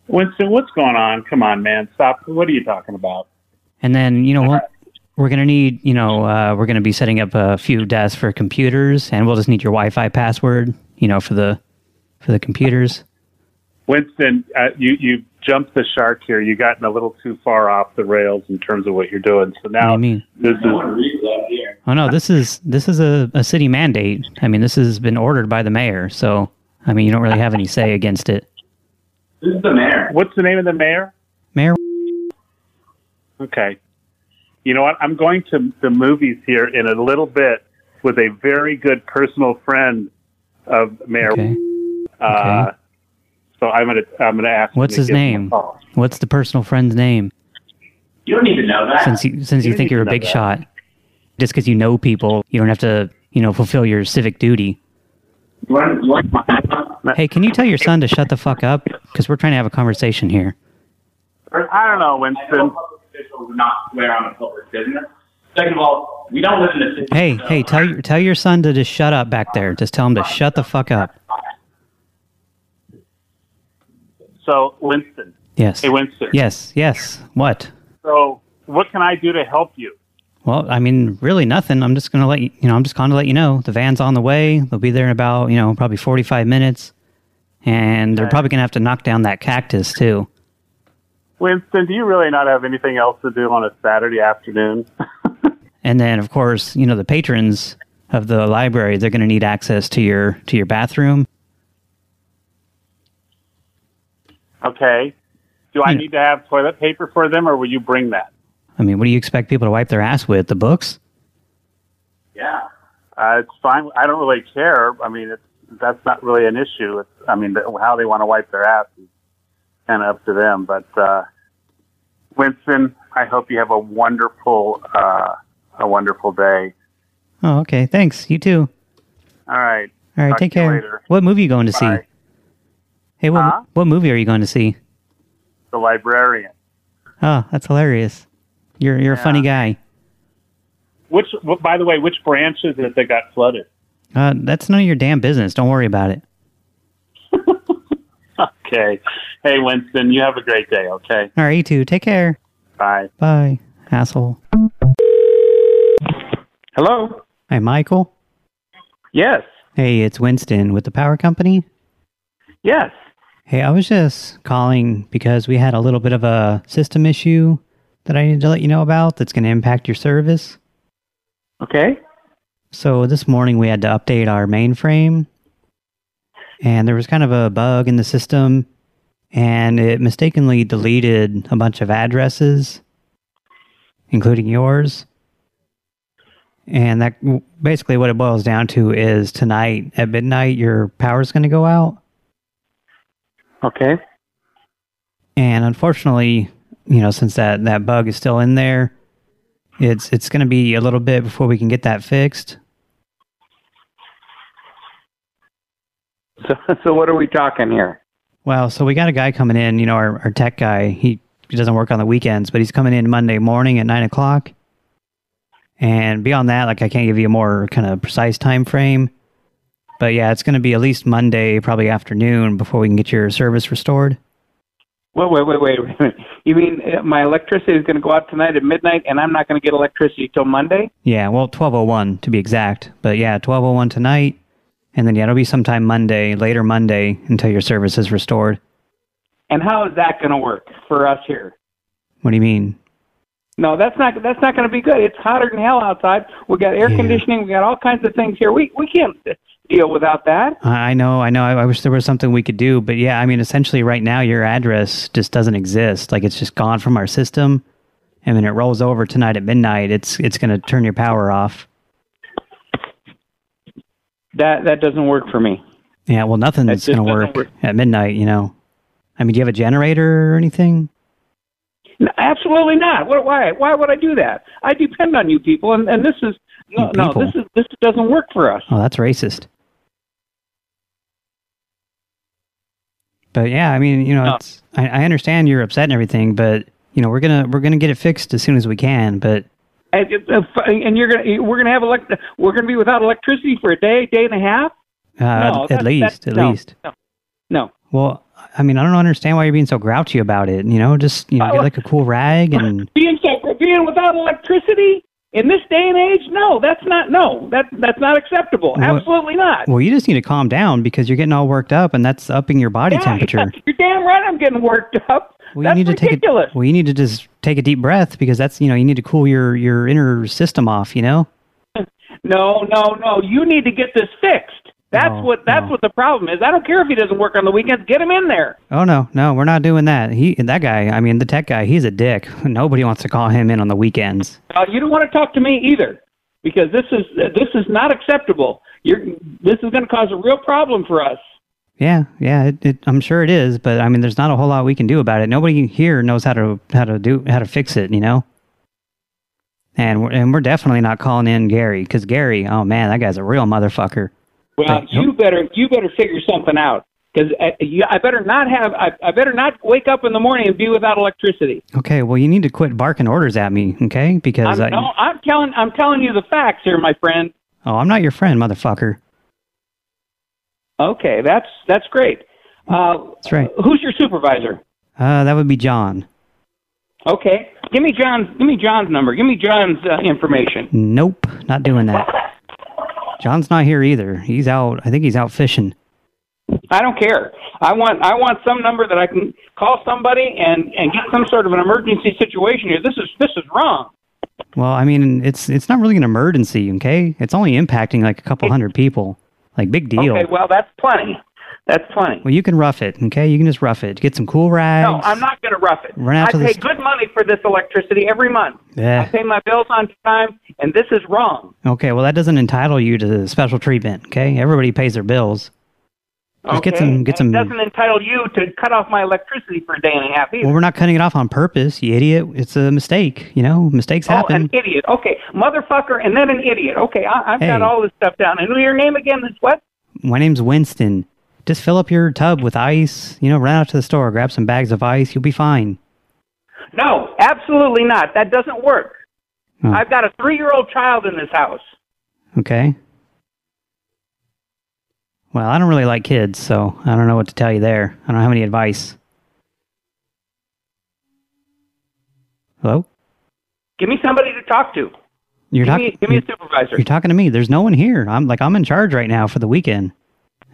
S5: Winston, what's going on? Come on, man. Stop. What are you talking about?
S2: And then, you know what? We're going to need, you know, uh, we're going to be setting up a few desks for computers and we'll just need your Wi-Fi password, you know, for the for the computers.
S5: Winston, uh, you you jumped the shark here. You gotten a little too far off the rails in terms of what you're doing. So now
S2: you mean?
S5: this is
S2: Oh no, this is this is a, a city mandate. I mean, this has been ordered by the mayor, so I mean, you don't really have any say against it.
S5: this is the mayor. What's the name of the mayor?
S2: Mayor
S5: Okay. You know what? I'm going to the movies here in a little bit with a very good personal friend of Mayor. Uh,
S2: Okay.
S5: So I'm gonna I'm gonna ask.
S2: What's
S5: him to
S2: his
S5: give him a
S2: name?
S5: call.
S2: What's the personal friend's name?
S5: You don't need to know that.
S2: Since you since
S5: You
S2: you,
S5: don't
S2: think
S5: need
S2: you're a
S5: to know
S2: big
S5: that.
S2: shot, just because you know people, you don't have to, you know, fulfill your civic duty. Hey, can you tell your son to shut the fuck up? Because we're trying to have a conversation here.
S5: I don't know, Winston.
S6: Officials would not swear on a public business. Second of all, we don't live in a city.
S2: Hey, hey, tell your tell your son to just shut up back there. Just tell him to shut the fuck up.
S5: So Winston.
S2: Yes.
S5: Hey, Winston.
S2: Yes, yes. What?
S5: So what can I do to help you?
S2: Well, I mean, really nothing. I'm just gonna let you, you know. I'm just gonna let you know the van's on the way. They'll be there in about you know probably 45 minutes, and they're
S5: Okay.
S2: probably gonna have to knock down that cactus too.
S5: Winston, do you really not have anything else to do on a Saturday afternoon?
S2: And then, of course, you know the patrons of the library they're gonna need access to your to your bathroom.
S5: Okay. Do
S2: Hmm.
S5: I need to have toilet paper for them, or will you bring that?
S2: I mean, what do you expect people to wipe their ass with? The books?
S5: Yeah. Uh, it's fine. I don't really care. I mean, it's, that's not really an issue. It's, I mean, the, how they want to wipe their ass is kind of up to them. But uh, Winston, I hope you have a wonderful, uh, a wonderful day.
S2: Oh, okay. Thanks. You too.
S5: All right.
S2: All right.
S5: Talk
S2: take
S5: to you
S2: care.
S5: later.
S2: What movie you going to see?
S5: Bye.
S2: Hey, what
S5: Huh?
S2: what movie are you going to see?
S5: The librarian.
S2: Oh, that's hilarious. You're you're a funny guy.
S5: Which, wh- by the way, which branch is it that got flooded?
S2: Uh, that's none of your damn business. Don't worry about it.
S5: Okay. Hey, Winston, you have a great day. Okay.
S2: All right, you two. Take care.
S5: Bye.
S2: Bye, asshole.
S5: Hello.
S2: Hey, Michael.
S22: Yes.
S2: Hey, it's Winston with the power company.
S22: Yes.
S2: Hey, I was just calling because we had a little bit of a system issue that I needed to let you know about that's going to impact your service.
S22: Okay.
S2: So this morning we had to update our mainframe, and there was kind of a bug in the system, and it mistakenly deleted a bunch of addresses, including yours. And that basically what it boils down to is tonight at midnight, your power's going to go out.
S22: Okay.
S2: And unfortunately, you know, since that, that bug is still in there, it's it's going to be a little bit before we can get that fixed.
S22: So, so what are we talking here?
S2: Well, so we got a guy coming in, you know, our, our tech guy. He, he doesn't work on the weekends, but he's coming in Monday morning at nine o'clock. And beyond that, like I can't give you a more kind of precise time frame. But yeah, it's going to be at least Monday, probably afternoon, before we can get your service restored.
S22: Wait, wait, wait, wait. wait. You mean uh, my electricity is going to go out tonight at midnight, and I'm not going to get electricity till Monday?
S2: Yeah, well, twelve oh one to be exact. But yeah, twelve oh one tonight, and then yeah, it'll be sometime Monday, later Monday, until your service is restored.
S22: And how is that going to work for us here?
S2: What do you mean?
S22: No, that's not that's not going to be good. It's hotter than hell outside. We got air conditioning. We got all kinds of things here. We we can't deal without that.
S2: I I know, I know. I, I wish there was something we could do, but yeah, I mean, essentially, right now your address just doesn't exist. Like it's just gone from our system, and when it rolls over tonight at midnight, it's it's going to turn your power off.
S22: That that doesn't work for me.
S2: Yeah, well, nothing's
S22: That just
S2: going to
S22: doesn't
S2: work, at midnight. You know, I mean, do you have a generator or anything?
S22: No, absolutely not. What, why why would I do that? I depend on you people, and, and this is no no
S2: people.
S22: this is this doesn't work for us.
S2: Oh, that's racist. But yeah, I mean, you know, it's, I, I understand you're upset and everything, but you know, we're gonna we're gonna get it fixed as soon as we can. But
S22: And, and you're gonna we're gonna have elect we're gonna be without electricity for a day day and a half.
S2: uh,
S22: No,
S2: at, at
S22: that-
S2: least,
S22: that-
S2: at
S22: no,
S2: least.
S22: no, no.
S2: Well, I mean, I don't understand why you're being so grouchy about it. You know, just you know, get like a cool rag and
S22: being so being without electricity in this day and age no that's not no that that's not acceptable
S2: What-
S22: absolutely not
S2: well, you just need to calm down because you're getting all worked up, and that's upping your body
S22: Yeah,
S2: temperature.
S22: you're damn right i'm getting worked up
S2: Well, you need to take a, well, you need to just take a deep breath because that's you know you need to cool your your inner system off. You know.
S22: no no no you need to get this fixed that's what that's what the problem is i don't care if he doesn't work on the weekends get him in there
S2: Oh no, no, we're not doing that. He that guy, I mean the tech guy, he's a dick. Nobody wants to call him in on the weekends.
S22: uh, you don't want to talk to me either because this is uh, this is not acceptable you're this is going to cause a real problem for us
S2: Yeah, yeah, it, it, I'm sure it is, but I mean there's not a whole lot we can do about it. Nobody here knows how to how to do how to fix it, you know. And we're, and we're definitely not calling in Gary because Gary, oh man, that guy's a real motherfucker.
S22: Well, you better you better figure something out because I, you- I better not have I, I better not wake up in the morning and be without electricity.
S2: Okay, well you need to quit barking orders at me, okay? Because I,
S22: I'm, no, I'm telling I'm telling you the facts here, my friend.
S2: oh, I'm not your friend, motherfucker.
S22: Okay, that's that's great. Uh,
S2: That's right.
S22: who's your supervisor?
S2: Uh, that would be John.
S22: Okay, give me John's give me John's number. Give me John's uh, information.
S2: Nope, not doing that. John's not here either. He's out. I think he's out fishing.
S22: I don't care. I want I want some number that I can call somebody and and get some sort of an emergency situation here. This is this is wrong.
S2: Well, I mean, it's it's not really an emergency, okay? It's only impacting like a couple hundred people. Like big deal.
S22: Okay, well that's plenty. That's plenty.
S2: Well, you can rough it, okay? You can just rough it. Get some cool rags.
S22: No, I'm not going to rough it.
S2: Run
S22: I
S2: out to the
S22: pay
S2: st-
S22: good money for this electricity every month.
S2: Yeah.
S22: I pay my bills on time, and this is wrong.
S2: Eh. Okay, well that doesn't entitle you to special treatment, okay? Everybody pays their bills. Just
S22: okay?
S2: get some get some
S22: And it doesn't entitle you to cut off my electricity for a day and a half either.
S2: Well, we're not cutting it off on purpose, you idiot. It's a mistake, you know? Mistakes
S22: Oh,
S2: happen.
S22: an idiot. Okay, motherfucker, and then an idiot. Okay, I, I've got
S2: Hey.
S22: all this stuff down. And your name again is what?
S2: My name's Winston. Just fill up your tub with ice. You know, run out to the store, grab some bags of ice. You'll be fine.
S22: No, absolutely not. That doesn't work.
S2: Oh.
S22: I've got a three-year-old child in this house.
S2: Okay. Well, I don't really like kids, so I don't know what to tell you there. I don't have any advice. Hello?
S22: Give me somebody to talk to.
S2: You're
S22: give,
S2: talk-
S22: me, give me a
S2: you're-
S22: supervisor.
S2: You're talking to me. There's no one here. I'm like I'm in charge right now for the weekend.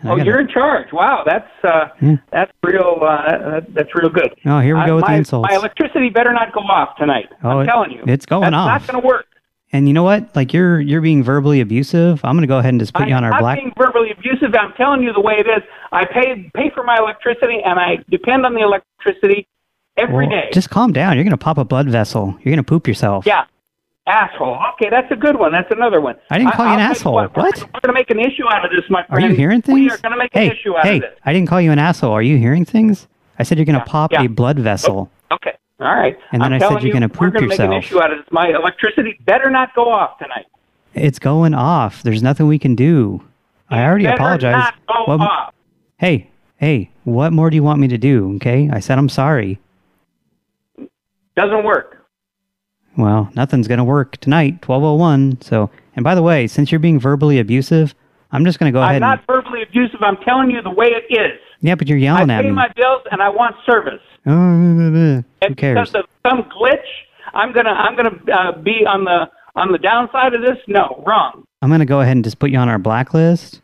S2: And I
S22: Oh,
S2: gotta-
S22: you're in charge. Wow, that's uh,
S2: Yeah.
S22: that's real. Uh, that- that's real good.
S2: Oh, here we
S22: Uh,
S2: go with
S22: my,
S2: the insults.
S22: My electricity better not go off tonight.
S2: Oh,
S22: I'm
S2: it-
S22: telling you,
S2: it's going
S22: that's
S2: off.
S22: Not going to work.
S2: And you know what? Like you're you're being verbally abusive. I'm going to go ahead and just put you on our
S22: I'm
S2: black
S22: being verbally abusive. I'm telling you the way it is. I pay pay for my electricity, and I depend on the electricity every
S2: Well,
S22: day.
S2: Just calm down. You're going to pop a blood vessel. You're going to poop yourself.
S22: yeah, Asshole. Okay, that's a good one. That's another one.
S3: I didn't call you an
S22: I'll tell
S3: asshole.
S22: what,
S3: What?
S22: We're going to make an issue out of this, my
S3: Are
S22: friend.
S3: you hearing
S22: We
S3: things?
S22: are going to make
S3: hey,
S22: an issue out
S3: hey,
S22: of this.
S3: I didn't call you an asshole. Are you hearing things? I said you're going to pop
S22: yeah.
S3: a blood vessel.
S22: Oh, Okay. All right.
S3: And then
S22: I'm
S3: I said
S22: telling
S3: you're
S22: you,
S3: gonna
S22: we're
S3: poop
S22: gonna Make an
S3: yourself.
S22: issue out of this. My electricity better not go off tonight.
S3: It's going off. There's nothing we can do. I already
S22: better
S3: apologized.
S22: not go
S3: What-
S22: off.
S3: Hey, hey, what more do you want me to do? Okay, I said I'm sorry.
S22: Doesn't work.
S3: Well, nothing's going to work tonight, 1201. So, and by the way, since you're being verbally abusive, I'm just going to go
S22: I'm
S3: ahead
S22: not verbally abusive. I'm telling you the way it is.
S3: and. Yeah, but you're
S22: I
S3: yelling at
S22: pay
S3: me.
S22: my bills and I want service.
S3: Oh, Who
S22: And
S3: cares?
S22: Because of some glitch, I'm gonna I'm gonna uh, be on the on the downside of this. No, wrong.
S3: I'm going to go ahead and just put you on our blacklist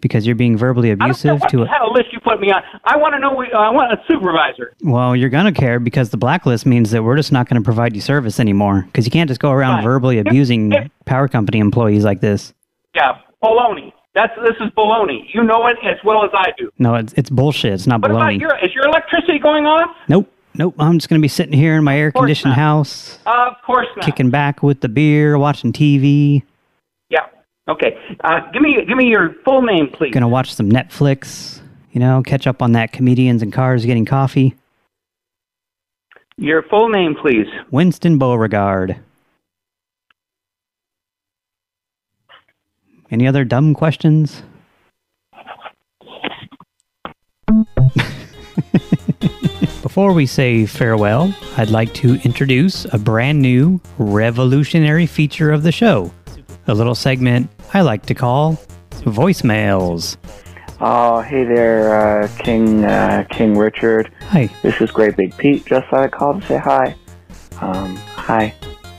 S3: because you're being verbally abusive
S22: What
S3: to
S22: the
S3: a.
S22: hell list you put me on? I want to know. We, I want a supervisor.
S3: Well, you're going to care because the blacklist means that we're just not going to provide you service anymore because you can't just go around verbally abusing power company employees like this.
S22: Yeah, baloney. That's this is baloney. You know it as well as I do.
S3: No, it's, it's bullshit. It's not
S22: What about
S3: baloney.
S22: your? Is your electricity going off?
S3: Nope, nope. I'm just going to be sitting here in my air conditioned house.
S22: Of course not.
S3: kicking back with the beer, watching TV,
S22: Yeah. Okay. Uh, give me give me your full name, please.
S3: gonna watch some Netflix, you know, catch up on that comedians and cars getting coffee.
S22: Your full name, please.
S3: Winston Beauregard. Any other dumb questions?
S2: Before we say farewell, I'd like to introduce a brand new, revolutionary feature of the show a little segment I like to call voicemails.
S1: Oh, hey there, uh, King uh, King Richard.
S3: Hi.
S1: This is Great Big Pete. Just thought I'd call to say hi. Um, hi.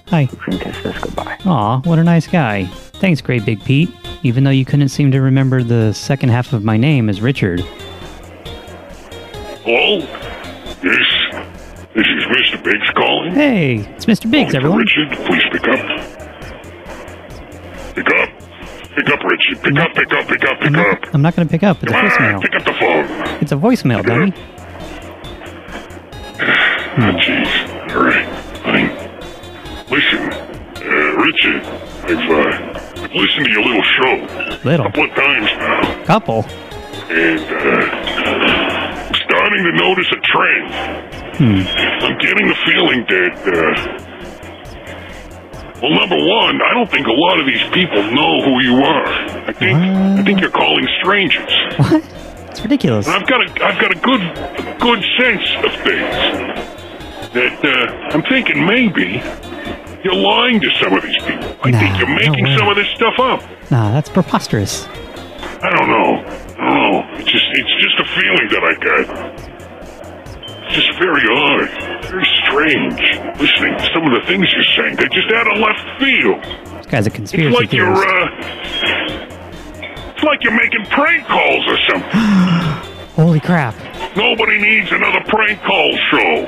S2: Hi.
S1: From Kisses goodbye.
S2: Aw, what a nice guy. Thanks, Great Big Pete, even though you couldn't seem to remember the second half of my name as Richard.
S23: Hello? Yes, this is Mr. Biggs calling.
S2: Hey, it's Mr. Biggs, everyone.
S23: Richard, please pick up. Pick up. Pick up, Richard. Pick up, pick up, pick up, pick up.
S2: I'm not going to pick up. It's a
S23: Come on,
S2: voicemail.
S23: pick up the phone.
S2: It's a voicemail, dummy.
S23: Ah, Jeez. All right. Fine. Listen, uh, Richard, I've, uh, I've listened to your little show
S2: Little.
S23: a couple of times now,
S2: Couple.
S23: and uh, I'm starting to notice a trend.
S2: Hmm.
S23: I'm getting the feeling that, uh, well, number one, I don't think a lot of these people know who you are. I think I think you're calling strangers.
S2: What? It's ridiculous.
S23: And I've got a I've got a good a good sense of things that uh, I'm thinking maybe you're lying to some of these people. I think you're making some of this stuff up.
S2: Nah, that's preposterous.
S23: I don't know. I don't know. It's just it's just a feeling that I got. It's just very odd, very strange. Listening to some of the things you're saying, they're just out of left field.
S2: This guy's a
S23: It's
S2: conspiracy
S23: like you're
S2: theorist.
S23: uh, it's like you're making prank calls or something. uh,
S2: Holy crap.
S23: Nobody needs another prank call show.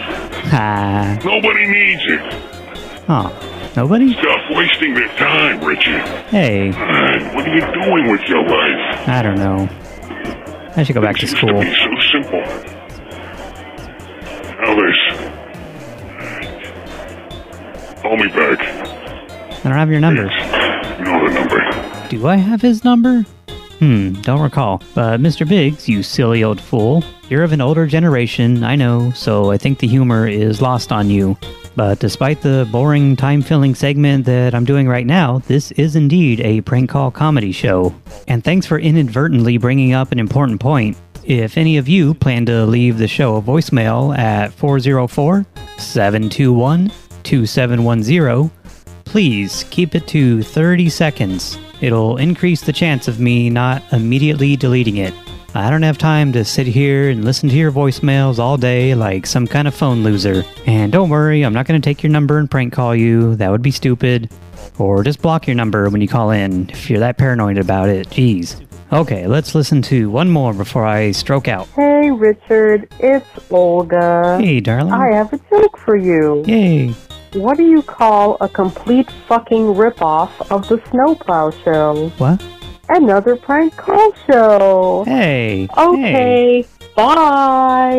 S2: Ah.
S23: Nobody needs it.
S2: oh, nobody?
S23: Stop wasting their time, Richard.
S2: Hey,
S23: God, what are you doing with your life?
S2: I don't know. I should go back to school.
S23: It's so simple. Now there's. Call me back.
S2: I don't have your number.
S23: You know the number.
S2: Do I have his number? Hmm, don't recall. But Mr. Biggs, you silly old fool, you're of an older generation, I know, so I think the humor is lost on you. But despite the boring, time filling segment that I'm doing right now, this is indeed a prank call comedy show. And thanks for inadvertently bringing up an important point. If any of you plan to leave the show a voicemail at 404 721 2710, Please keep it to 30 seconds. It'll increase the chance of me not immediately deleting it. I don't have time to sit here and listen to your voicemails all day like some kind of phone loser. And don't worry, I'm not going to take your number and prank call you. That would be stupid. Or just block your number when you call in if you're that paranoid about it. Jeez. Okay, let's listen to one more before I stroke out.
S8: Hey, Richard, it's Olga.
S2: Hey, darling.
S8: I have a joke for you.
S2: Yay.
S8: What do you call a complete fucking ripoff of the Snowplow Show?
S2: What?
S8: Another prank call show.
S2: Hey.
S8: Okay,
S14: Bye.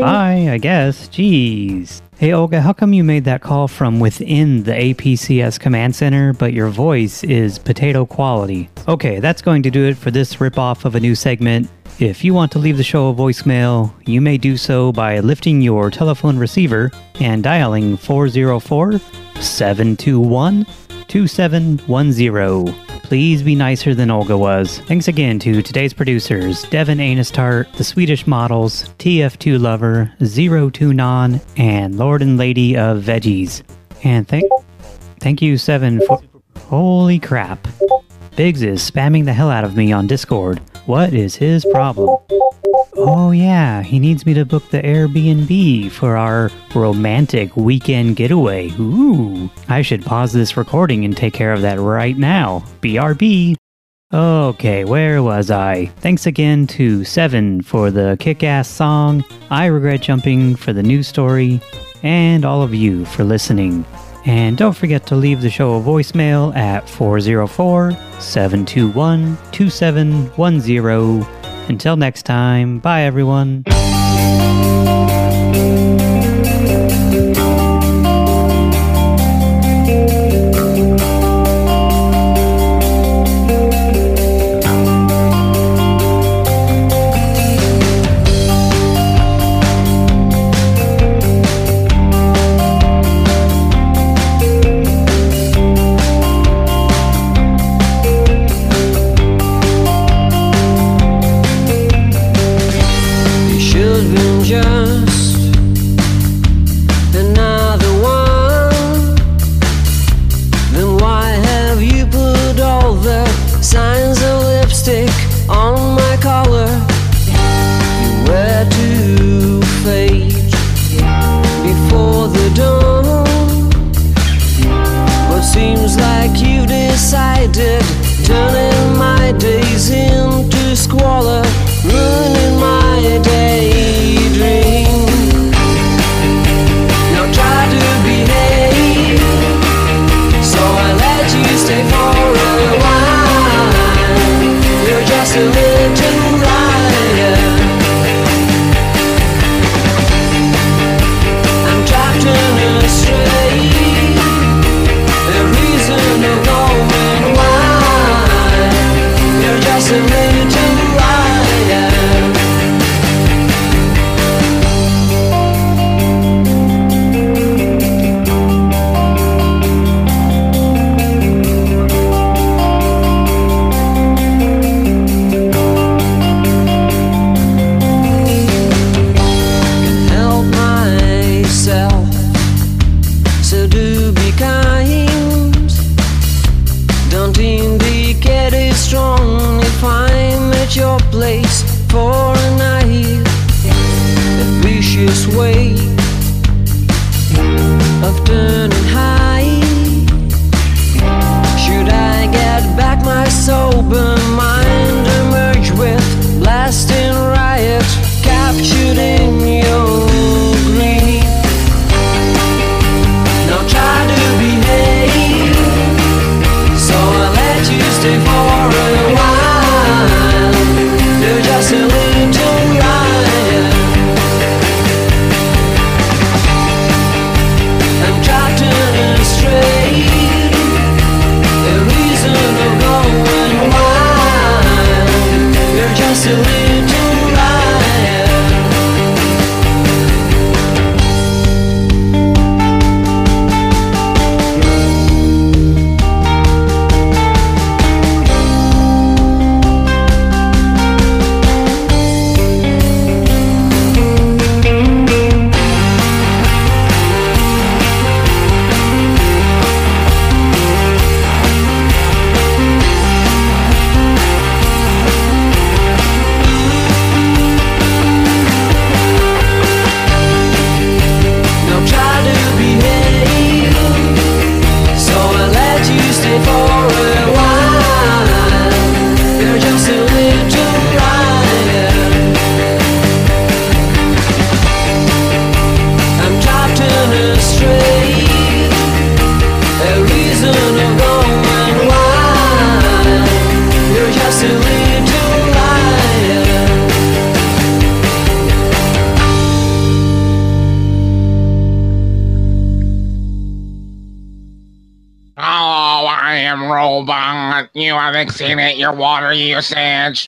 S2: Bye, I guess. Jeez. Hey, Olga, how come you made that call from within the APCS command center, but your voice is potato quality? Okay, that's going to do it for this ripoff of a new segment. If you want to leave the show a voicemail, you may do so by lifting your telephone receiver and dialing 404 721 2710. Please be nicer than Olga was. Thanks again to today's producers Devin Anistart, The Swedish Models, TF2 Lover, Zero Two Non, and Lord and Lady of Veggies. And thank, thank you, Seven, for. Holy crap. Biggs is spamming the hell out of me on Discord. What is his problem? Oh, yeah, he needs me to book the Airbnb for our romantic weekend getaway. Ooh, I should pause this recording and take care of that right now. BRB. Okay, where was I? Thanks again to Seven for the kick ass song, I Regret Jumping for the news story, and all of you for listening. And don't forget to leave the show a voicemail at 404 721 2710. Until next time, bye everyone.
S9: It should have been just
S8: "Oh, damn robot. You have exceeded your water usage.